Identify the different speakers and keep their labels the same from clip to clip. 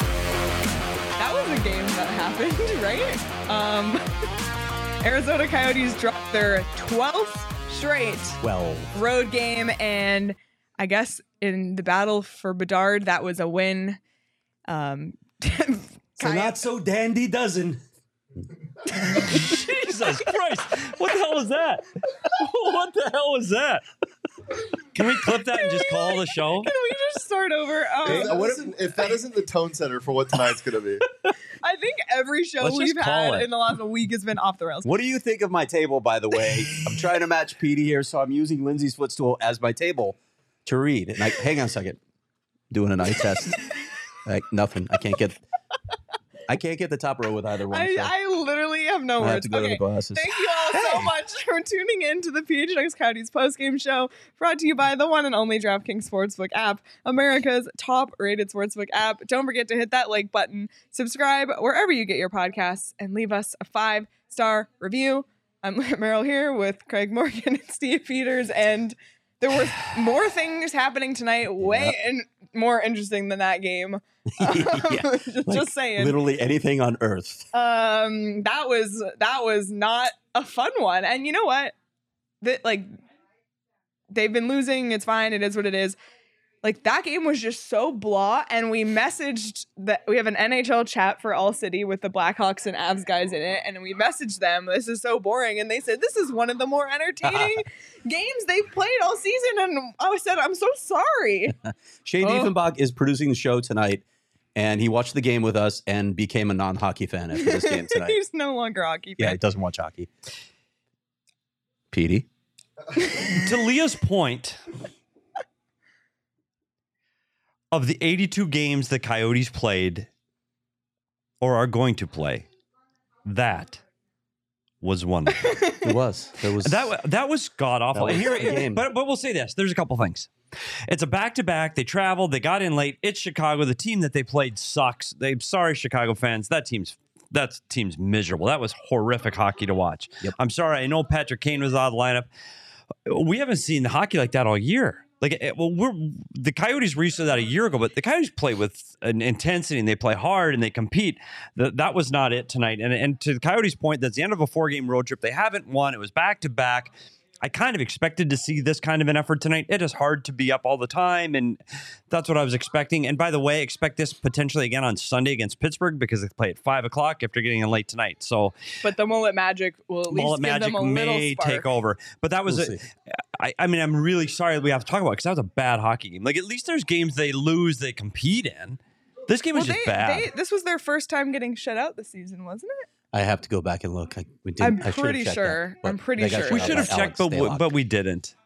Speaker 1: That was a game that happened, right? Um, Arizona Coyotes dropped their 12th straight 12. road game. And I guess in the battle for Bedard, that was a win. Um,
Speaker 2: So not so dandy dozen.
Speaker 3: Jesus Christ. What the hell was that? What the hell was that? Can we clip that and just call the show?
Speaker 1: can we just start over? Um,
Speaker 4: Hey, what if, if that isn't the tone setter for what tonight's gonna be?
Speaker 1: I think every show
Speaker 3: Let's just
Speaker 1: we've
Speaker 3: call
Speaker 1: had
Speaker 3: it.
Speaker 1: in the last week has been off the rails.
Speaker 2: What do you think of my table, by the way? I'm trying to match Petey here, so I'm using Lindsay's footstool as my table to read. And I, hang on a second, doing an eye test. Like nothing. I can't get. I can't get the top row with either one.
Speaker 1: I,
Speaker 2: so I,
Speaker 1: I literally have no
Speaker 3: I
Speaker 1: words.
Speaker 3: have to go to the
Speaker 1: Okay.
Speaker 3: glasses.
Speaker 1: Thank you all so much for tuning in to the PHNX Coyotes postgame show, brought to you by the one and only DraftKings Sportsbook app, America's top-rated sportsbook app. Don't forget to hit that like button, subscribe wherever you get your podcasts, and leave us a five-star review. I'm Meryl here with Craig Morgan and Steve Peters, and there were more things happening tonight, way in, more interesting than that game.
Speaker 2: Yeah.
Speaker 1: just,
Speaker 2: Like,
Speaker 1: just saying
Speaker 2: Literally anything on earth.
Speaker 1: um that was that was not a fun one and you know what that like they've been losing it's fine it is what it is like that game was just so blah and we messaged that we have an nhl chat for all city with the blackhawks and avs guys in it and we messaged them this is so boring and they said this is one of the more entertaining games they've played all season and i said i'm so sorry
Speaker 2: Shane
Speaker 1: Oh.
Speaker 2: Diefenbach is producing the show tonight, and he watched the game with us and became a non-hockey fan after this game tonight.
Speaker 1: he's no longer a hockey
Speaker 2: yeah, he
Speaker 1: fan
Speaker 2: doesn't watch hockey. Petey.
Speaker 3: to Leah's point, of the 82 games the Coyotes played or are going to play, that was one. of them.
Speaker 2: It was. There was
Speaker 3: that wa- that was god awful.
Speaker 2: That was
Speaker 3: And here,
Speaker 2: the game.
Speaker 3: but but we'll say this: there's a couple things. It's a back to back. They traveled. They got in late. It's Chicago. The team that they played sucks. They sorry, Chicago fans. That team's that team's miserable. That was horrific hockey to watch. I'm sorry. I know Patrick Kane was out of the lineup. We haven't seen hockey like that all year. Like, eh, well, we're the Coyotes reached that a year ago, but the Coyotes play with an intensity and they play hard and they compete. Th- that was not it tonight. And and to the Coyotes' point, that's the end of a four game road trip. They haven't won. It was back to back. I kind of expected to see this kind of an effort tonight. It is hard to be up all the time, and that's what I was expecting. And by the way, expect this potentially again on Sunday against Pittsburgh because they play at five o'clock after getting in late tonight. So
Speaker 1: but the mullet magic will at least
Speaker 3: Mullet
Speaker 1: give
Speaker 3: Magic
Speaker 1: them a little
Speaker 3: may
Speaker 1: spark.
Speaker 3: take over. But that was,
Speaker 2: We'll
Speaker 3: a,
Speaker 2: see.
Speaker 3: I, I mean, I'm really sorry that we have to talk about because that was a bad hockey game. Like at least there's games they lose, they compete in. This game was
Speaker 1: Well,
Speaker 3: just
Speaker 1: they-
Speaker 3: bad.
Speaker 1: they- this was their first time getting shut out this season, wasn't it?
Speaker 2: I have to go back and look. I, we did.
Speaker 1: I'm
Speaker 2: I should've
Speaker 1: pretty
Speaker 2: checked
Speaker 1: sure.
Speaker 2: but
Speaker 1: I'm pretty
Speaker 2: they got
Speaker 1: sure.
Speaker 2: shut
Speaker 1: We
Speaker 3: we
Speaker 2: out
Speaker 3: should
Speaker 2: by
Speaker 3: have checked,
Speaker 2: Alex
Speaker 3: but we,
Speaker 2: Daylock.
Speaker 3: but we didn't.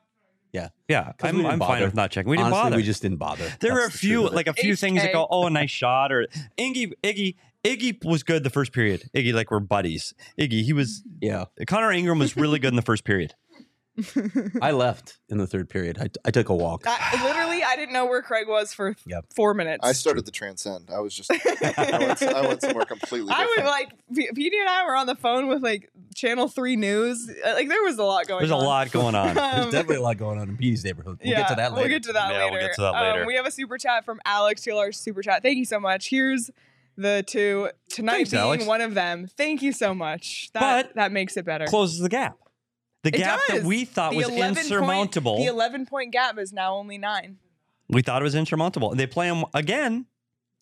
Speaker 2: yeah,
Speaker 3: Yeah,
Speaker 2: 'Cause we
Speaker 3: I'm,
Speaker 2: didn't
Speaker 3: I'm fine
Speaker 2: bother.
Speaker 3: with not checking. We didn't
Speaker 2: Honestly,
Speaker 3: bother.
Speaker 2: We just didn't bother.
Speaker 3: There were a
Speaker 2: That's the truth
Speaker 3: few
Speaker 2: of it.
Speaker 3: like a few things that go,
Speaker 1: HK.
Speaker 3: oh, a nice shot, or Iggy, Iggy, Iggy was good the first period. Iggy, like we're buddies. Iggy, he was
Speaker 2: yeah.
Speaker 3: Connor Ingram was really good in the first period.
Speaker 2: I left in the third period. I, I took a walk.
Speaker 1: I, literally, I didn't know where Craig was for
Speaker 2: Yep.
Speaker 1: four minutes.
Speaker 4: I started to transcend. I was just I went, I went somewhere completely
Speaker 1: I
Speaker 4: different.
Speaker 1: would like P- PD and I were on the phone with like Channel Three News. Uh, Like there was a lot going.
Speaker 3: There's a
Speaker 1: on.
Speaker 3: lot going on.
Speaker 1: Um,
Speaker 2: There's definitely a lot going on in Petey's neighborhood. We'll get to
Speaker 1: yeah,
Speaker 2: that
Speaker 1: We'll
Speaker 2: later.
Speaker 1: get to that
Speaker 3: Yeah,
Speaker 1: later.
Speaker 3: we'll get to that
Speaker 1: Um,
Speaker 3: later.
Speaker 1: we have a super chat from Alex Taylor's super chat. Thank you so much. Here's the two tonight
Speaker 3: Thanks,
Speaker 1: being
Speaker 3: Alex.
Speaker 1: one of them. Thank you so much. That
Speaker 3: But-
Speaker 1: that makes it better.
Speaker 3: Closes the gap. The
Speaker 1: It
Speaker 3: gap
Speaker 1: does.
Speaker 3: that we thought
Speaker 1: The
Speaker 3: was
Speaker 1: 11 point-
Speaker 3: insurmountable.
Speaker 1: the eleven point gap is now only nine.
Speaker 3: we thought it was insurmountable. And they play them again.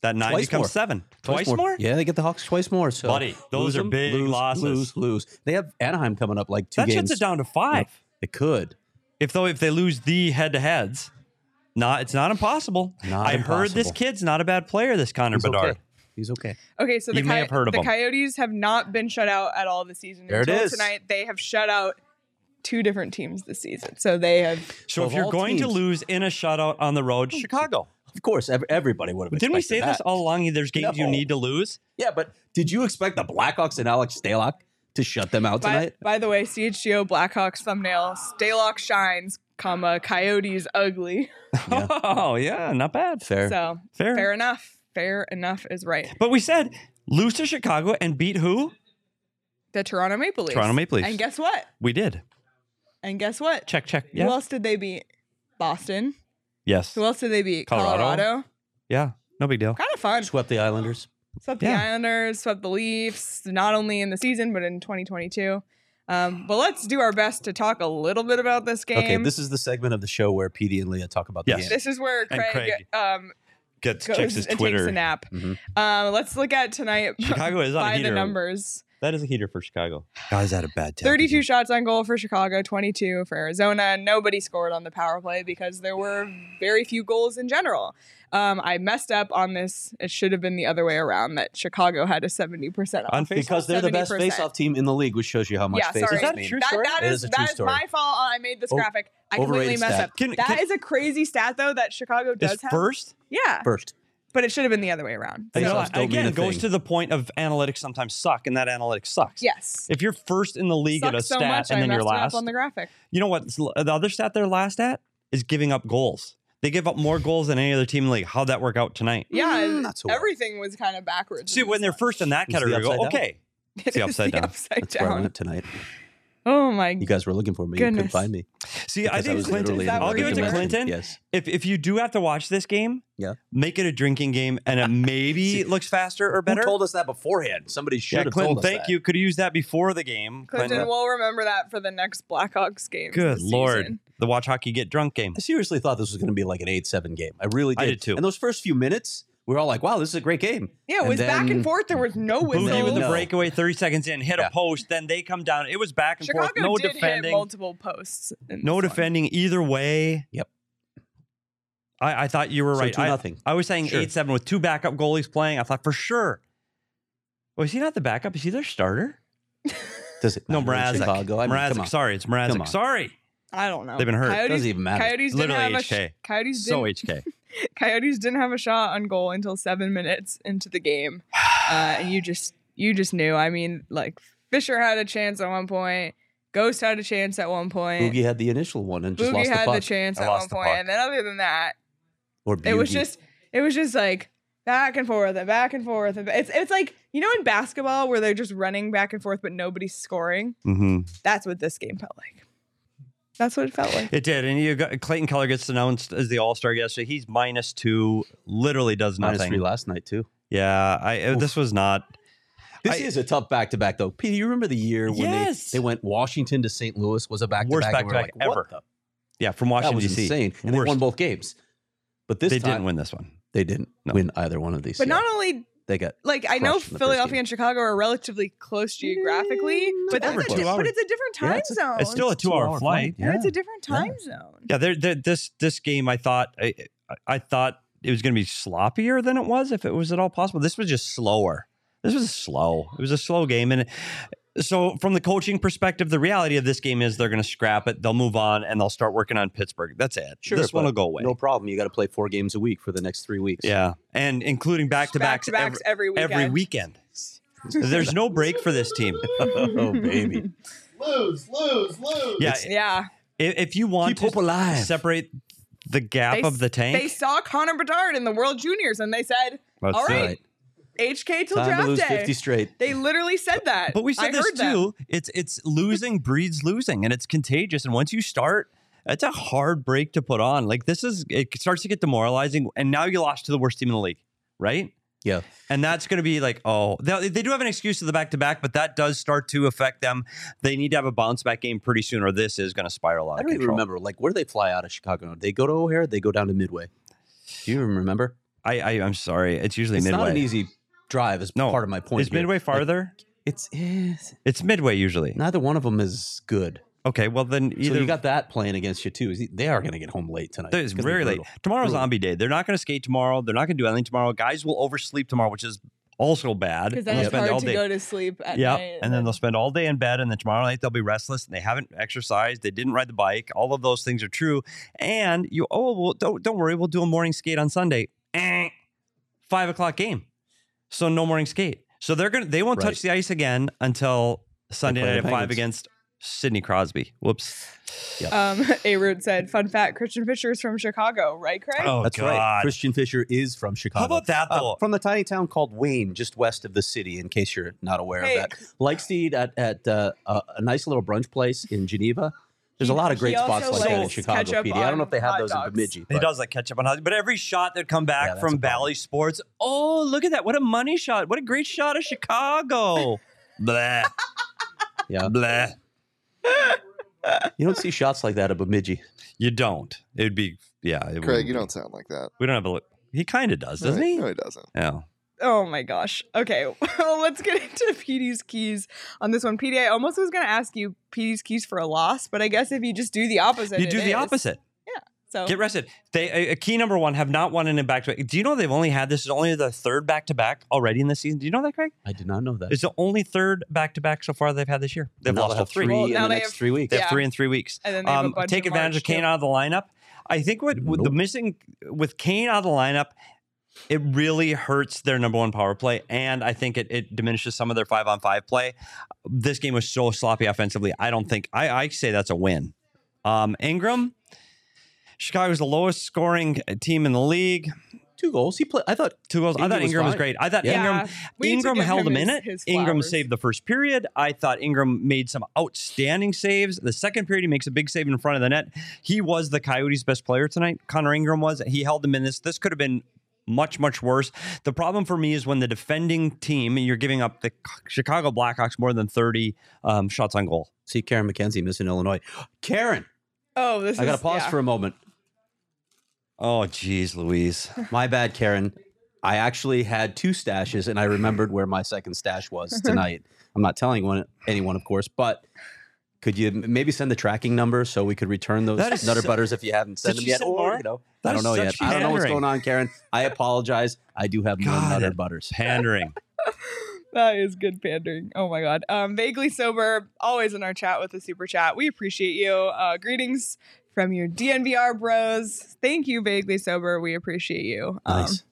Speaker 3: That nine
Speaker 2: Twice
Speaker 3: becomes
Speaker 2: more.
Speaker 3: seven. Twice, more?
Speaker 2: Yeah, they get the Hawks twice more. So
Speaker 3: Buddy, those
Speaker 2: lose
Speaker 3: are
Speaker 2: 'em,
Speaker 3: big
Speaker 2: lose,
Speaker 3: losses.
Speaker 2: Lose, lose. They have Anaheim coming up like two
Speaker 3: That shuts
Speaker 2: games.
Speaker 3: it down to five.
Speaker 2: It could.
Speaker 3: If though if they lose the head to heads, not it's not impossible.
Speaker 2: Not
Speaker 3: I heard this
Speaker 2: impossible.
Speaker 3: kid's not a bad player, this Connor
Speaker 2: He's
Speaker 3: Bedard.
Speaker 2: okay. He's okay.
Speaker 1: Okay, so the,
Speaker 3: You may
Speaker 1: Coy-
Speaker 3: have heard of
Speaker 1: the
Speaker 3: them.
Speaker 1: Coyotes have not been shut out at all this season.
Speaker 2: There it
Speaker 1: Until
Speaker 2: is.
Speaker 1: Tonight they have shut out two different teams this season. So they have
Speaker 3: So
Speaker 2: Of
Speaker 3: if you're
Speaker 2: all
Speaker 3: going to
Speaker 2: teams- Hmm.
Speaker 3: lose in a shutout on the road, Chicago.
Speaker 2: Of course, ev- everybody would have.
Speaker 3: Didn't we say
Speaker 2: expected
Speaker 3: this
Speaker 2: that.
Speaker 3: all along? There's games you
Speaker 2: No.
Speaker 3: need to lose.
Speaker 2: Yeah, but did you expect the Blackhawks and Alex Stalock to shut them out
Speaker 1: by,
Speaker 2: tonight?
Speaker 1: by the way, CHGO Blackhawks thumbnail, Staylock shines, comma, coyotes ugly.
Speaker 3: Oh yeah, not bad.
Speaker 2: Fair.
Speaker 1: So
Speaker 3: Fair.
Speaker 1: fair enough. Fair enough is right.
Speaker 3: But we said lose to Chicago and beat who?
Speaker 1: The Toronto Maple Leafs.
Speaker 3: Toronto Maple Leafs.
Speaker 1: And guess what?
Speaker 3: We did.
Speaker 1: And guess what?
Speaker 3: Check check. Yeah.
Speaker 1: Who else did they beat? Boston.
Speaker 3: yes.
Speaker 1: Who else did they beat?
Speaker 3: Colorado. Yeah. No big deal.
Speaker 1: Kind of fun.
Speaker 2: Swept the Islanders.
Speaker 1: Swept
Speaker 3: Yeah.
Speaker 1: the Islanders, swept the Leafs, not only in the season, but in 2022. Um, but let's do our best to talk a little bit about this game.
Speaker 2: Okay, this is the segment of the show where PD and Leah talk about the
Speaker 3: Yes.
Speaker 2: game.
Speaker 1: This is where
Speaker 3: And
Speaker 1: Craig,
Speaker 3: Craig
Speaker 1: um,
Speaker 3: Gets
Speaker 1: goes
Speaker 3: checks his
Speaker 1: and
Speaker 3: Twitter.
Speaker 1: takes a nap.
Speaker 2: Mm-hmm.
Speaker 1: Um, let's look at tonight
Speaker 3: Chicago is on a
Speaker 1: by the
Speaker 3: heater.
Speaker 1: numbers.
Speaker 3: That is a heater for Chicago. God, is that a bad tactic?
Speaker 1: 32 shots on goal for Chicago, 22 for Arizona. Nobody scored on the power play because there were very few goals in general. Um, I messed up on this. It should have been the other way around that Chicago had a 70% on
Speaker 3: On
Speaker 1: face
Speaker 2: because they're the best face-off team in the league, which shows you how much
Speaker 1: yeah,
Speaker 2: face-offs
Speaker 1: sorry.
Speaker 3: Is that
Speaker 2: mean.
Speaker 3: true
Speaker 1: That-
Speaker 3: story?
Speaker 1: that
Speaker 2: It
Speaker 1: is,
Speaker 2: is a true
Speaker 1: that is
Speaker 2: story.
Speaker 1: my fault. I made this
Speaker 2: O-
Speaker 1: graphic. I completely
Speaker 2: overrated
Speaker 1: messed
Speaker 2: stat.
Speaker 1: up. That
Speaker 3: Can-
Speaker 1: is
Speaker 3: can-
Speaker 1: a crazy stat though that Chicago does
Speaker 3: Is
Speaker 1: have.
Speaker 3: first.
Speaker 1: Yeah,
Speaker 2: First,
Speaker 1: but it should have been the other way around.
Speaker 3: You know,
Speaker 2: Face-offs don't mean
Speaker 3: again,
Speaker 2: a
Speaker 3: goes
Speaker 2: thing.
Speaker 3: to the point of analytics sometimes suck, and that analytics sucks.
Speaker 1: Yes.
Speaker 3: If you're first in the league at a
Speaker 1: Sucks so
Speaker 3: stat
Speaker 1: much,
Speaker 3: and
Speaker 1: I
Speaker 3: then you're
Speaker 1: messed it
Speaker 3: last,
Speaker 1: up on the graphic.
Speaker 3: you know what? The other stat they're last at is giving up goals. They give up more goals than any other team in the league. How'd that work out tonight?
Speaker 1: Yeah,
Speaker 2: not so well.
Speaker 1: everything was kind of backwards.
Speaker 3: See,
Speaker 1: in
Speaker 3: when
Speaker 1: this
Speaker 3: they're first in that
Speaker 2: It's the
Speaker 3: category, you go,
Speaker 2: upside down.
Speaker 3: okay.
Speaker 1: one.
Speaker 3: it's the upside down.
Speaker 1: upside
Speaker 2: that's where I
Speaker 1: down.
Speaker 2: went tonight.
Speaker 1: Oh my
Speaker 2: You
Speaker 1: god.
Speaker 2: guys were looking for me. You couldn't
Speaker 1: Goodness.
Speaker 2: find me.
Speaker 3: See, I
Speaker 2: Because I
Speaker 3: think
Speaker 2: was
Speaker 3: Clinton,
Speaker 2: literally in
Speaker 3: I'll
Speaker 2: another
Speaker 3: give it to
Speaker 2: dimension.
Speaker 3: Clinton.
Speaker 2: Yes.
Speaker 3: If, if you do have to watch this game,
Speaker 2: Yeah.
Speaker 3: make it a drinking game and it maybe looks faster or better.
Speaker 2: Who told us that beforehand? Somebody should
Speaker 3: yeah,
Speaker 2: have
Speaker 3: Clinton,
Speaker 2: told us
Speaker 3: thank
Speaker 2: that.
Speaker 3: you. Could have used that before the game.
Speaker 1: Clinton will remember that for the next Blackhawks game.
Speaker 3: Good Lord. The watch hockey get drunk game.
Speaker 2: I seriously thought this was going to be like an eight-seven game. I really did.
Speaker 3: I did too.
Speaker 2: And those first few minutes, we were all like, "Wow, this is a great game."
Speaker 1: Yeah, it was back and forth. There was no
Speaker 3: Boogie
Speaker 1: whistle.
Speaker 3: with the
Speaker 2: No.
Speaker 3: breakaway 30 seconds in, hit
Speaker 2: Yeah.
Speaker 3: a post, then they come down. It was back and
Speaker 1: Chicago
Speaker 3: forth. No
Speaker 1: did hit
Speaker 3: defending.
Speaker 1: multiple posts. in
Speaker 3: No
Speaker 1: this one.
Speaker 3: defending either way.
Speaker 2: Yep.
Speaker 3: I, I thought you were
Speaker 2: So
Speaker 3: right.
Speaker 2: two
Speaker 3: I,
Speaker 2: nothing.
Speaker 3: I was saying
Speaker 2: Sure.
Speaker 3: eight seven with two backup goalies playing. I thought for sure. Was he not the backup? Is he their starter?
Speaker 2: Does it?
Speaker 3: No,
Speaker 2: matter in
Speaker 3: Mrazek.
Speaker 2: Chicago. I mean, come on.
Speaker 3: Mrazek. Sorry, it's
Speaker 2: Come
Speaker 3: Mrazek.
Speaker 2: on.
Speaker 3: Sorry.
Speaker 1: I don't know.
Speaker 3: They've been hurt.
Speaker 1: Coyotes,
Speaker 2: Doesn't even matter.
Speaker 1: Coyotes didn't
Speaker 3: Literally
Speaker 1: have a sh-
Speaker 3: HK.
Speaker 1: Coyotes
Speaker 3: so
Speaker 1: didn't-
Speaker 3: HK.
Speaker 1: Coyotes didn't have a shot on goal until seven minutes into the game. Uh, and you just you just knew. I mean, like Fisher had a chance at one point. Ghost had a chance at one point.
Speaker 2: Boogie had the initial one and just
Speaker 1: Boogie
Speaker 2: lost the
Speaker 1: had
Speaker 2: puck.
Speaker 1: the chance
Speaker 3: I
Speaker 1: at
Speaker 3: lost
Speaker 1: one
Speaker 3: the
Speaker 1: point,
Speaker 3: puck.
Speaker 1: and then other than that,
Speaker 2: Or
Speaker 1: it was
Speaker 2: Bugey.
Speaker 1: just it was just like back and forth and back and forth. And ba- it's it's like you know in basketball where they're just running back and forth but nobody's scoring.
Speaker 3: Mm-hmm.
Speaker 1: That's what this game felt like. That's what it felt like.
Speaker 3: It did, and you got Clayton Keller gets announced as the All Star yesterday. He's minus two, literally does
Speaker 2: minus
Speaker 3: nothing.
Speaker 2: three last night too.
Speaker 3: yeah, I uh, this was not.
Speaker 2: This
Speaker 3: I-
Speaker 2: is a tough back to back though. Peter, you remember the year when
Speaker 3: Yes.
Speaker 2: they, they went Washington to St. Louis was a back to
Speaker 3: Worst
Speaker 2: back.
Speaker 3: back-to-back ever. Yeah, from
Speaker 2: That
Speaker 3: Washington
Speaker 2: was
Speaker 3: D.C.
Speaker 2: insane, and they
Speaker 3: Worst.
Speaker 2: won both games. But this
Speaker 3: They
Speaker 2: time,
Speaker 3: didn't win this one.
Speaker 2: They didn't
Speaker 3: No.
Speaker 2: win either one of these.
Speaker 1: But
Speaker 2: yeah.
Speaker 1: not only
Speaker 2: they got
Speaker 1: like I know
Speaker 2: crushed in the first
Speaker 1: Philadelphia
Speaker 2: game.
Speaker 1: and Chicago are relatively close geographically, but that's
Speaker 2: over
Speaker 1: a,
Speaker 2: two
Speaker 1: di- but
Speaker 3: hours.
Speaker 1: it's a different
Speaker 2: Yeah,
Speaker 1: time
Speaker 2: it's a-
Speaker 1: zone.
Speaker 3: It's still a two-hour
Speaker 2: two-hour
Speaker 3: flight.
Speaker 2: flight.
Speaker 1: Yeah, it's
Speaker 2: Yeah.
Speaker 1: a different time zone.
Speaker 3: Yeah, they're, they're, this this game, I thought I, I- I thought it was going to be sloppier than it was, if it was at all possible. This was just slower. This was slow. It was a slow game, and uh, so from the coaching perspective, the reality of this game is they're going to scrap it. They'll move on and they'll start working on Pittsburgh. That's it. this one
Speaker 2: but
Speaker 3: will go away.
Speaker 2: No problem. You got to play four games a week for the next three weeks.
Speaker 3: Yeah, and including back to backs
Speaker 1: Back-to-backs every weekend.
Speaker 3: every weekend. There's no break for this team.
Speaker 2: oh baby.
Speaker 4: Lose, lose, lose.
Speaker 3: Yeah, i-
Speaker 1: Yeah,
Speaker 3: if you want
Speaker 2: Keep hope
Speaker 3: to
Speaker 2: alive.
Speaker 3: separate the gap
Speaker 1: They
Speaker 3: of the
Speaker 1: s-
Speaker 3: tank,
Speaker 1: They saw Connor Bedard in the World Juniors, and they said,
Speaker 3: That's
Speaker 1: "All right,
Speaker 2: Right.
Speaker 1: HK till
Speaker 2: Time
Speaker 1: draft
Speaker 2: to lose
Speaker 1: day."
Speaker 2: fifty straight.
Speaker 1: They literally said that.
Speaker 3: But we said
Speaker 1: I
Speaker 3: this
Speaker 1: heard them.
Speaker 3: too. It's it's losing breeds losing, and it's contagious. And once you start, it's a hard break to put on. Like this is it starts to get demoralizing, and now you lost to the worst team in the league, right?
Speaker 2: Yeah.
Speaker 3: And that's going to be like, oh, they, they do have an excuse to the back to back, but that does start to affect them. They need to have a bounce back game pretty soon, or this is going to spiral out
Speaker 2: I
Speaker 3: of
Speaker 2: don't even
Speaker 3: control.
Speaker 2: remember. Like, where do they fly out of Chicago? They go to O'Hare. They go down to Midway. Do you even remember?
Speaker 3: I, I I'm sorry, it's usually
Speaker 2: It's
Speaker 3: midway.
Speaker 2: not an easy drive. Is
Speaker 3: No,
Speaker 2: part of my point.
Speaker 3: Is
Speaker 2: here.
Speaker 3: midway
Speaker 2: Like,
Speaker 3: farther?
Speaker 2: it's, it's
Speaker 3: it's midway usually.
Speaker 2: neither one of them is good.
Speaker 3: Okay, well then either
Speaker 2: so you got that playing against you too. Is- They are going to get home late tonight.
Speaker 3: It's
Speaker 2: gonna be
Speaker 3: very late.
Speaker 2: brutal.
Speaker 3: Tomorrow's
Speaker 2: Brutal.
Speaker 3: zombie day. They're not going to skate tomorrow. They're not going to do anything tomorrow. Guys will oversleep tomorrow, which is also bad.
Speaker 1: Because
Speaker 3: And
Speaker 1: then
Speaker 3: they'll
Speaker 1: it's
Speaker 3: spend
Speaker 1: hard
Speaker 3: all
Speaker 1: to
Speaker 3: day-
Speaker 1: go to sleep at
Speaker 3: yeah,
Speaker 1: night.
Speaker 3: and then they'll spend all day in bed, and then tomorrow night they'll be restless, and they haven't exercised, they didn't ride the bike. All of those things are true. And you, oh, well, don't don't worry, we'll do a morning skate on Sunday. Eh, five o'clock game, so no morning skate. So they're gonna they won't
Speaker 2: Right.
Speaker 3: touch the ice again until Sunday
Speaker 2: play
Speaker 3: night
Speaker 2: the
Speaker 3: at five
Speaker 2: Penguins.
Speaker 3: against Sidney Crosby. Whoops.
Speaker 1: Um, A Root said, "Fun fact: Christian Fisher is from Chicago, right, Craig?
Speaker 3: Oh
Speaker 2: That's right. Christian Fisher is from Chicago.
Speaker 3: about that,
Speaker 2: Uh,
Speaker 3: though?
Speaker 2: from the tiny town called Wayne, just west of the city. In case you're not aware
Speaker 1: Hey.
Speaker 2: of that, likes to eat at, at uh, a a nice little brunch place in Geneva. There's a
Speaker 1: He-
Speaker 2: lot of great
Speaker 1: he also
Speaker 2: spots like that in
Speaker 1: likes
Speaker 2: Chicago.
Speaker 1: ketchup
Speaker 2: PD. I don't know
Speaker 1: on
Speaker 2: if they have
Speaker 1: hot
Speaker 2: those
Speaker 1: dogs.
Speaker 2: in Bemidji.
Speaker 3: He
Speaker 2: but-
Speaker 3: does like catch up on housing, but every shot that come
Speaker 2: Yeah,
Speaker 3: back
Speaker 2: that's a
Speaker 3: from
Speaker 2: problem.
Speaker 3: Valley Sports, oh look at that! What a money shot! What a great shot of Chicago! blah,
Speaker 2: Yeah,
Speaker 3: blah.
Speaker 2: you don't see shots like that at Bemidji.
Speaker 3: You don't. It'd be yeah. It
Speaker 4: Craig,
Speaker 3: wouldn't-
Speaker 4: you don't sound like that.
Speaker 3: We don't have a look. He kind of does, doesn't
Speaker 4: no,
Speaker 3: he?
Speaker 4: No, he doesn't.
Speaker 3: Yeah.
Speaker 1: Oh my gosh. Okay, well, let's get into PD's keys on this one. PD, I almost was going to ask you PD's keys for a loss, but I guess if you just do the opposite,
Speaker 3: You
Speaker 1: it
Speaker 3: do the
Speaker 1: is. Oh.
Speaker 3: opposite.
Speaker 1: So
Speaker 3: Get rested. They a, a key number one have not won in a back to back. Do you know they've only had this is only the third back to back already in the season? Do you know that, Craig?
Speaker 2: I did not know that.
Speaker 3: It's the only third back to back so far they've had this year. They've
Speaker 2: And now
Speaker 3: lost
Speaker 2: they'll
Speaker 3: all
Speaker 2: have
Speaker 3: three.
Speaker 1: Well,
Speaker 2: in
Speaker 1: now
Speaker 2: the
Speaker 1: they
Speaker 2: next
Speaker 1: have-
Speaker 2: three weeks.
Speaker 3: They have
Speaker 1: Yeah.
Speaker 3: three in three weeks. Um,
Speaker 1: And then they have a bunch
Speaker 3: take
Speaker 1: in
Speaker 3: advantage of
Speaker 1: March,
Speaker 3: Kane
Speaker 1: too.
Speaker 3: out of the lineup. I think what with the
Speaker 2: Nope.
Speaker 3: missing with Kane out of the lineup, it really hurts their number one power play, and I think it, it diminishes some of their five on five play. This game was so sloppy offensively. I don't think I, I say that's a win. Um, Ingram, Chicago's the lowest scoring team in the league.
Speaker 2: Two goals. He played. I thought
Speaker 3: Two goals. I
Speaker 2: Ingram
Speaker 3: thought
Speaker 2: was
Speaker 3: Ingram was
Speaker 2: fine.
Speaker 3: great. I thought
Speaker 2: Yeah.
Speaker 3: Ingram
Speaker 1: we need to
Speaker 3: Ingram
Speaker 1: give
Speaker 3: held him in
Speaker 1: his-
Speaker 3: it.
Speaker 1: his
Speaker 3: Ingram
Speaker 1: flowers.
Speaker 3: saved the first period. I thought Ingram made some outstanding saves. The second period, he makes a big save in front of the net. He was the Coyotes' best player tonight. Connor Ingram was. He held them in this. This could have been much, much worse. The problem for me is when the defending team, you're giving up the Chicago Blackhawks more than 30 um, shots on goal.
Speaker 2: see Karen McKenzie missing Illinois. Karen,
Speaker 1: Oh, this
Speaker 2: I got
Speaker 1: is-
Speaker 2: to pause
Speaker 1: yeah.
Speaker 2: for a moment.
Speaker 3: Oh, geez, Louise.
Speaker 2: My bad, Karen. I actually had two stashes, and I remembered where my second stash was tonight. I'm not telling one, anyone, of course, but could you m- maybe send the tracking number so we could return those
Speaker 3: That is
Speaker 2: nutter
Speaker 3: so-
Speaker 2: butters if you haven't sent
Speaker 3: Did
Speaker 2: them
Speaker 3: she
Speaker 2: yet?
Speaker 3: send
Speaker 2: Or,
Speaker 3: more?
Speaker 2: you know,
Speaker 3: That
Speaker 2: I
Speaker 3: is
Speaker 2: don't know yet.
Speaker 3: such
Speaker 2: I don't know what's
Speaker 3: pandering.
Speaker 2: going on, Karen. I apologize. I do have more
Speaker 3: God,
Speaker 2: nutter
Speaker 3: it-
Speaker 2: butters.
Speaker 3: Pandering.
Speaker 1: That is good pandering. Oh my god. Um, vaguely sober, always in our chat with the super chat. We appreciate you. Uh, greetings from your DNVR bros. Thank you, vaguely sober. We appreciate you. Um,
Speaker 2: Nice.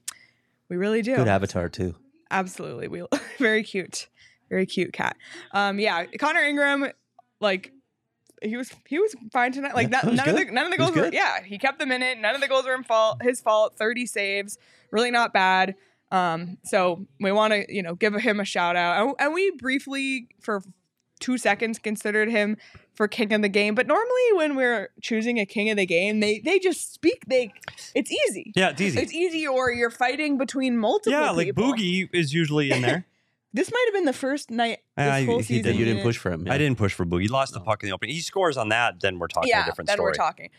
Speaker 1: We really do.
Speaker 2: Good avatar, too.
Speaker 1: Absolutely. We very cute. Very cute cat. Um, yeah, Connor Ingram, like he was he was fine tonight. Like
Speaker 2: Yeah,
Speaker 1: that,
Speaker 2: he was
Speaker 1: none of
Speaker 2: good.
Speaker 1: the none of the
Speaker 2: He was
Speaker 1: goals were
Speaker 2: good.
Speaker 1: yeah, he kept them in it. None of the goals were in fault his fault. 30 saves. Really not bad. Um, so we want to, you know, give him a shout out. And, and we briefly for two seconds considered him for king of the game. But normally when we're choosing a king of the game, they they just speak. They it's easy.
Speaker 3: Yeah, it's easy.
Speaker 1: It's easy, or you're fighting between multiple.
Speaker 3: yeah, like
Speaker 1: people.
Speaker 3: Boogie is usually in there.
Speaker 1: This might have been the first night this
Speaker 3: Uh,
Speaker 1: whole
Speaker 3: he
Speaker 1: season.
Speaker 3: did.
Speaker 2: You didn't
Speaker 1: he
Speaker 2: push for him.
Speaker 3: I
Speaker 2: yeah.
Speaker 3: didn't push for Boogie. He lost the puck in the opening. He scores on that, then we're talking
Speaker 1: Yeah,
Speaker 3: a different
Speaker 1: then
Speaker 3: story.
Speaker 1: we're talking.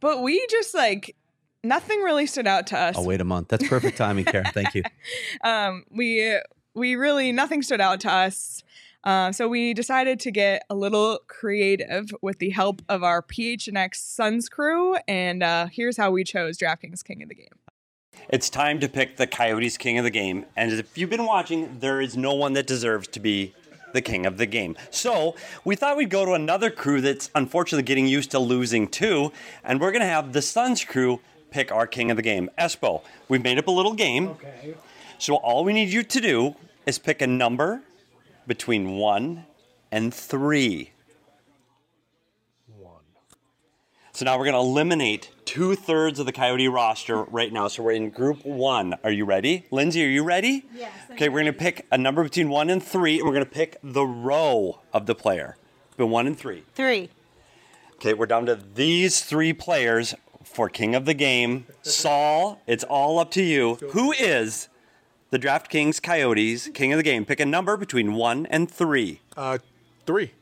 Speaker 1: But we just like nothing really stood out to us.
Speaker 3: Oh,
Speaker 2: I'll wait a month. That's perfect timing, Karen. Thank you.
Speaker 1: Um, we we really nothing stood out to us. Uh, so we decided to get a little creative with the help of our PHNX Suns crew, and uh, here's how we chose DraftKings King of the Game.
Speaker 3: It's time to pick the Coyotes king of the game, and if you've been watching, there is no one that deserves to be the king of the game. So we thought we'd go to another crew that's unfortunately getting used to losing too, and we're gonna have the Suns crew pick our king of the game. Espo, we've made up a little game. Okay. So all we need you to do is pick a number between one and three. So now we're going to eliminate two thirds of the Coyote roster right now. So we're in group one. Are you ready? Lindsay, are you ready? Yes. Okay, we're going to pick a number between one and three, and we're going to pick the row of the player. Between one and three.
Speaker 5: Three.
Speaker 3: Okay, we're down to these three players for King of the Game. Saul, it's all up to you. Who is the DraftKings Coyotes, king of the game. Pick a number between one and three.
Speaker 5: Uh, three.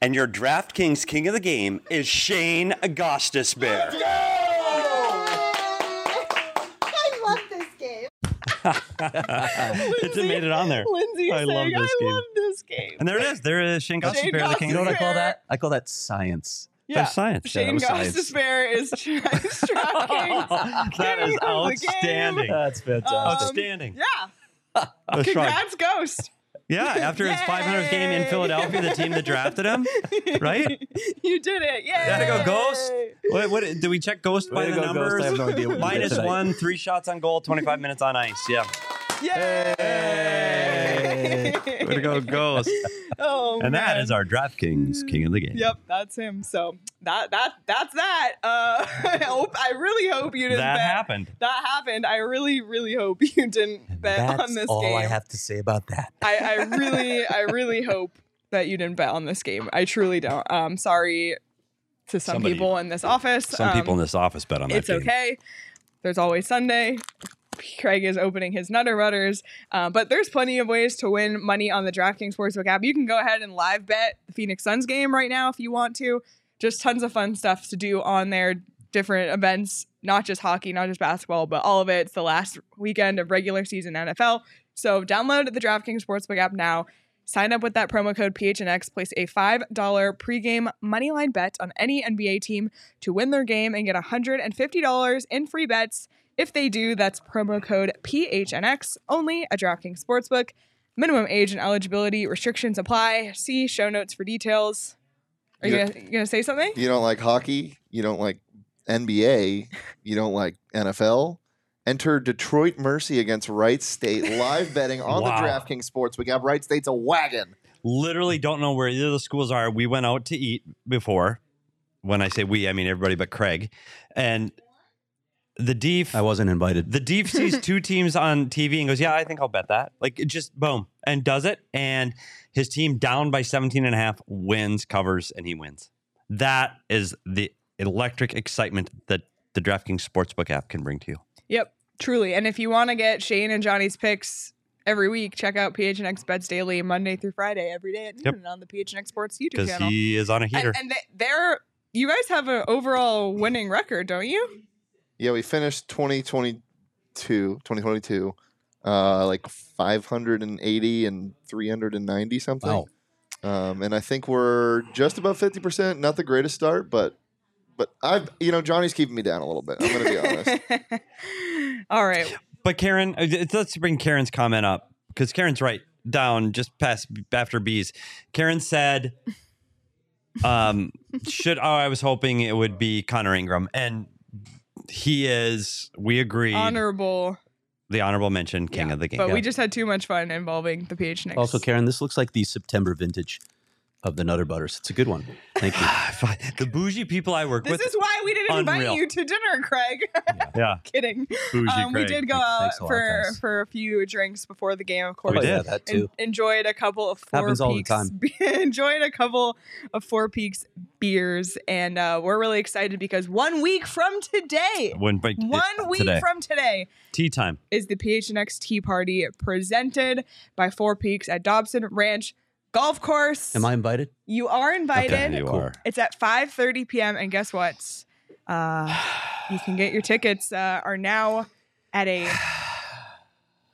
Speaker 3: And your DraftKings king of the game is Shane Agostis Bear.
Speaker 6: I love this game.
Speaker 3: It made it on there.
Speaker 1: Lindsay
Speaker 3: I
Speaker 1: is
Speaker 3: love
Speaker 1: saying,
Speaker 3: this
Speaker 1: I
Speaker 3: game.
Speaker 1: love this game.
Speaker 3: And there it is. There is Shane Gostis
Speaker 1: Shane
Speaker 3: Bear, the
Speaker 2: You
Speaker 3: king
Speaker 2: know
Speaker 3: of
Speaker 2: what
Speaker 3: the
Speaker 2: I
Speaker 3: game.
Speaker 2: call that? I call that science.
Speaker 1: yeah.
Speaker 3: science. Yeah, that
Speaker 1: Shane
Speaker 3: was
Speaker 1: Goss
Speaker 3: science.
Speaker 1: Despair is DraftKings.
Speaker 3: That is
Speaker 1: King of the game.
Speaker 3: outstanding.
Speaker 2: That's fantastic.
Speaker 3: Outstanding.
Speaker 1: Yeah.
Speaker 3: A shrug.
Speaker 1: Congrats, Ghost.
Speaker 3: Yeah, after his 500th game in
Speaker 1: Yay.
Speaker 3: Philadelphia, the team that drafted him, right?
Speaker 1: You did it. Yeah.
Speaker 3: Gotta go Ghost. What, what, do we check Ghost by
Speaker 2: Way to
Speaker 3: the
Speaker 2: go, Ghost. I
Speaker 3: numbers?
Speaker 2: have no idea what you did
Speaker 3: Minus
Speaker 2: tonight.
Speaker 3: one, three shots on goal, 25 minutes on ice. Yeah.
Speaker 1: Yay.
Speaker 3: Way to go, Ghost.
Speaker 1: Oh,
Speaker 3: And that
Speaker 1: man.
Speaker 3: is our DraftKings king of the game.
Speaker 1: Yep, that's him. So that that that's that. Uh, I hope I really hope you didn't.
Speaker 3: That
Speaker 1: bet.
Speaker 3: happened.
Speaker 1: That happened. I really really hope you didn't bet
Speaker 2: That's
Speaker 1: on this
Speaker 2: all
Speaker 1: game.
Speaker 2: I have to say about that.
Speaker 1: I, I really I really hope that you didn't bet on this game. I truly don't. Um, sorry to some
Speaker 3: Somebody-
Speaker 1: people in this office.
Speaker 3: Some
Speaker 1: Um,
Speaker 3: people in this office bet on that
Speaker 1: It's
Speaker 3: game.
Speaker 1: okay. There's always Sunday. Craig is opening his Nutter Rudders. Uh, but there's plenty of ways to win money on the DraftKings Sportsbook app. You can go ahead and live bet the Phoenix Suns game right now if you want to. Just tons of fun stuff to do on there, different events, not just hockey, not just basketball, but all of it. It's the last weekend of regular season NFL. So download the DraftKings Sportsbook app now. Sign up with that promo code PHNX. Place a $5 pregame moneyline bet on any NBA team to win their game and get $150 in free bets. If they do, that's promo code PHNX only at DraftKings Sportsbook. Minimum age and eligibility restrictions apply. See show notes for details. Are you
Speaker 4: Yeah.
Speaker 1: gonna, you gonna say something?
Speaker 4: You don't like hockey. You don't like NBA. You don't like NFL. Enter Detroit Mercy against Wright State. Live betting on
Speaker 3: Wow.
Speaker 4: the DraftKings sports. We got Wright State's a wagon.
Speaker 3: Literally don't know where either of the schools are. We went out to eat before. When I say we, I mean everybody but Craig. And the deef
Speaker 2: I wasn't invited.
Speaker 3: The Deep sees two teams on TV and goes, Yeah, I think I'll bet that. Like, it just boom, and does it. And his team down by 17 and a half wins, covers, and he wins. That is the electric excitement that the DraftKings Sportsbook app can bring to you.
Speaker 1: Yep, truly. And if you want to get Shane and Johnny's picks every week, check out PHNX Bets Daily Monday through Friday every day at noon
Speaker 3: Yep.
Speaker 1: and on the PHNX Sports YouTube
Speaker 3: Because
Speaker 1: channel.
Speaker 3: he is on a heater.
Speaker 1: and and they- they're you guys have an overall winning record, don't you?
Speaker 4: Yeah, we finished 2022, 2022, uh, like 580 and 390 something.
Speaker 2: Wow.
Speaker 4: Um, and I think we're just about 50%. Not the greatest start, but but I've you know Johnny's keeping me down a little bit. I'm going to be honest.
Speaker 1: All right.
Speaker 3: but Karen, uh, th- let's bring Karen's comment up because Karen's right down just past after bees. Karen said, "Um, should oh, I was hoping it would be Connor Ingram, and he is. We agree,
Speaker 1: Honorable.
Speaker 3: the honorable mention, king of the game.
Speaker 1: But we just had too much fun involving the PHNX.
Speaker 2: Also, Karen, this looks like the September vintage of the Nutter Butters. It's a good one. Thank you.
Speaker 3: Ah, the bougie people I work
Speaker 1: This
Speaker 3: with.
Speaker 1: is why we didn't
Speaker 3: Unreal.
Speaker 1: invite you to dinner, Craig.
Speaker 3: yeah,
Speaker 1: Kidding.
Speaker 3: bougie.
Speaker 1: Um, we
Speaker 3: Craig.
Speaker 1: did go
Speaker 2: Thanks-
Speaker 1: out
Speaker 2: thanks a lot,
Speaker 1: for
Speaker 2: guys.
Speaker 1: for a few drinks before the game, of course.
Speaker 2: Oh, yeah,
Speaker 3: did.
Speaker 2: that
Speaker 1: En-
Speaker 2: too.
Speaker 1: enjoyed a couple of four peaks.
Speaker 2: Happens all the time.
Speaker 1: enjoyed a couple of four peaks beers, and uh, we're really excited because one week from today,
Speaker 3: One, big-
Speaker 1: one week
Speaker 3: today.
Speaker 1: from today,
Speaker 3: tea time.
Speaker 1: is the PHNX Tea Party presented by Four Peaks at Dobson Ranch Golf Course.
Speaker 2: Am I invited?
Speaker 1: You are invited.
Speaker 3: Yeah, you are.
Speaker 1: It's at 5:30 p.m. and guess what? Uh, you can get your tickets uh, are now at a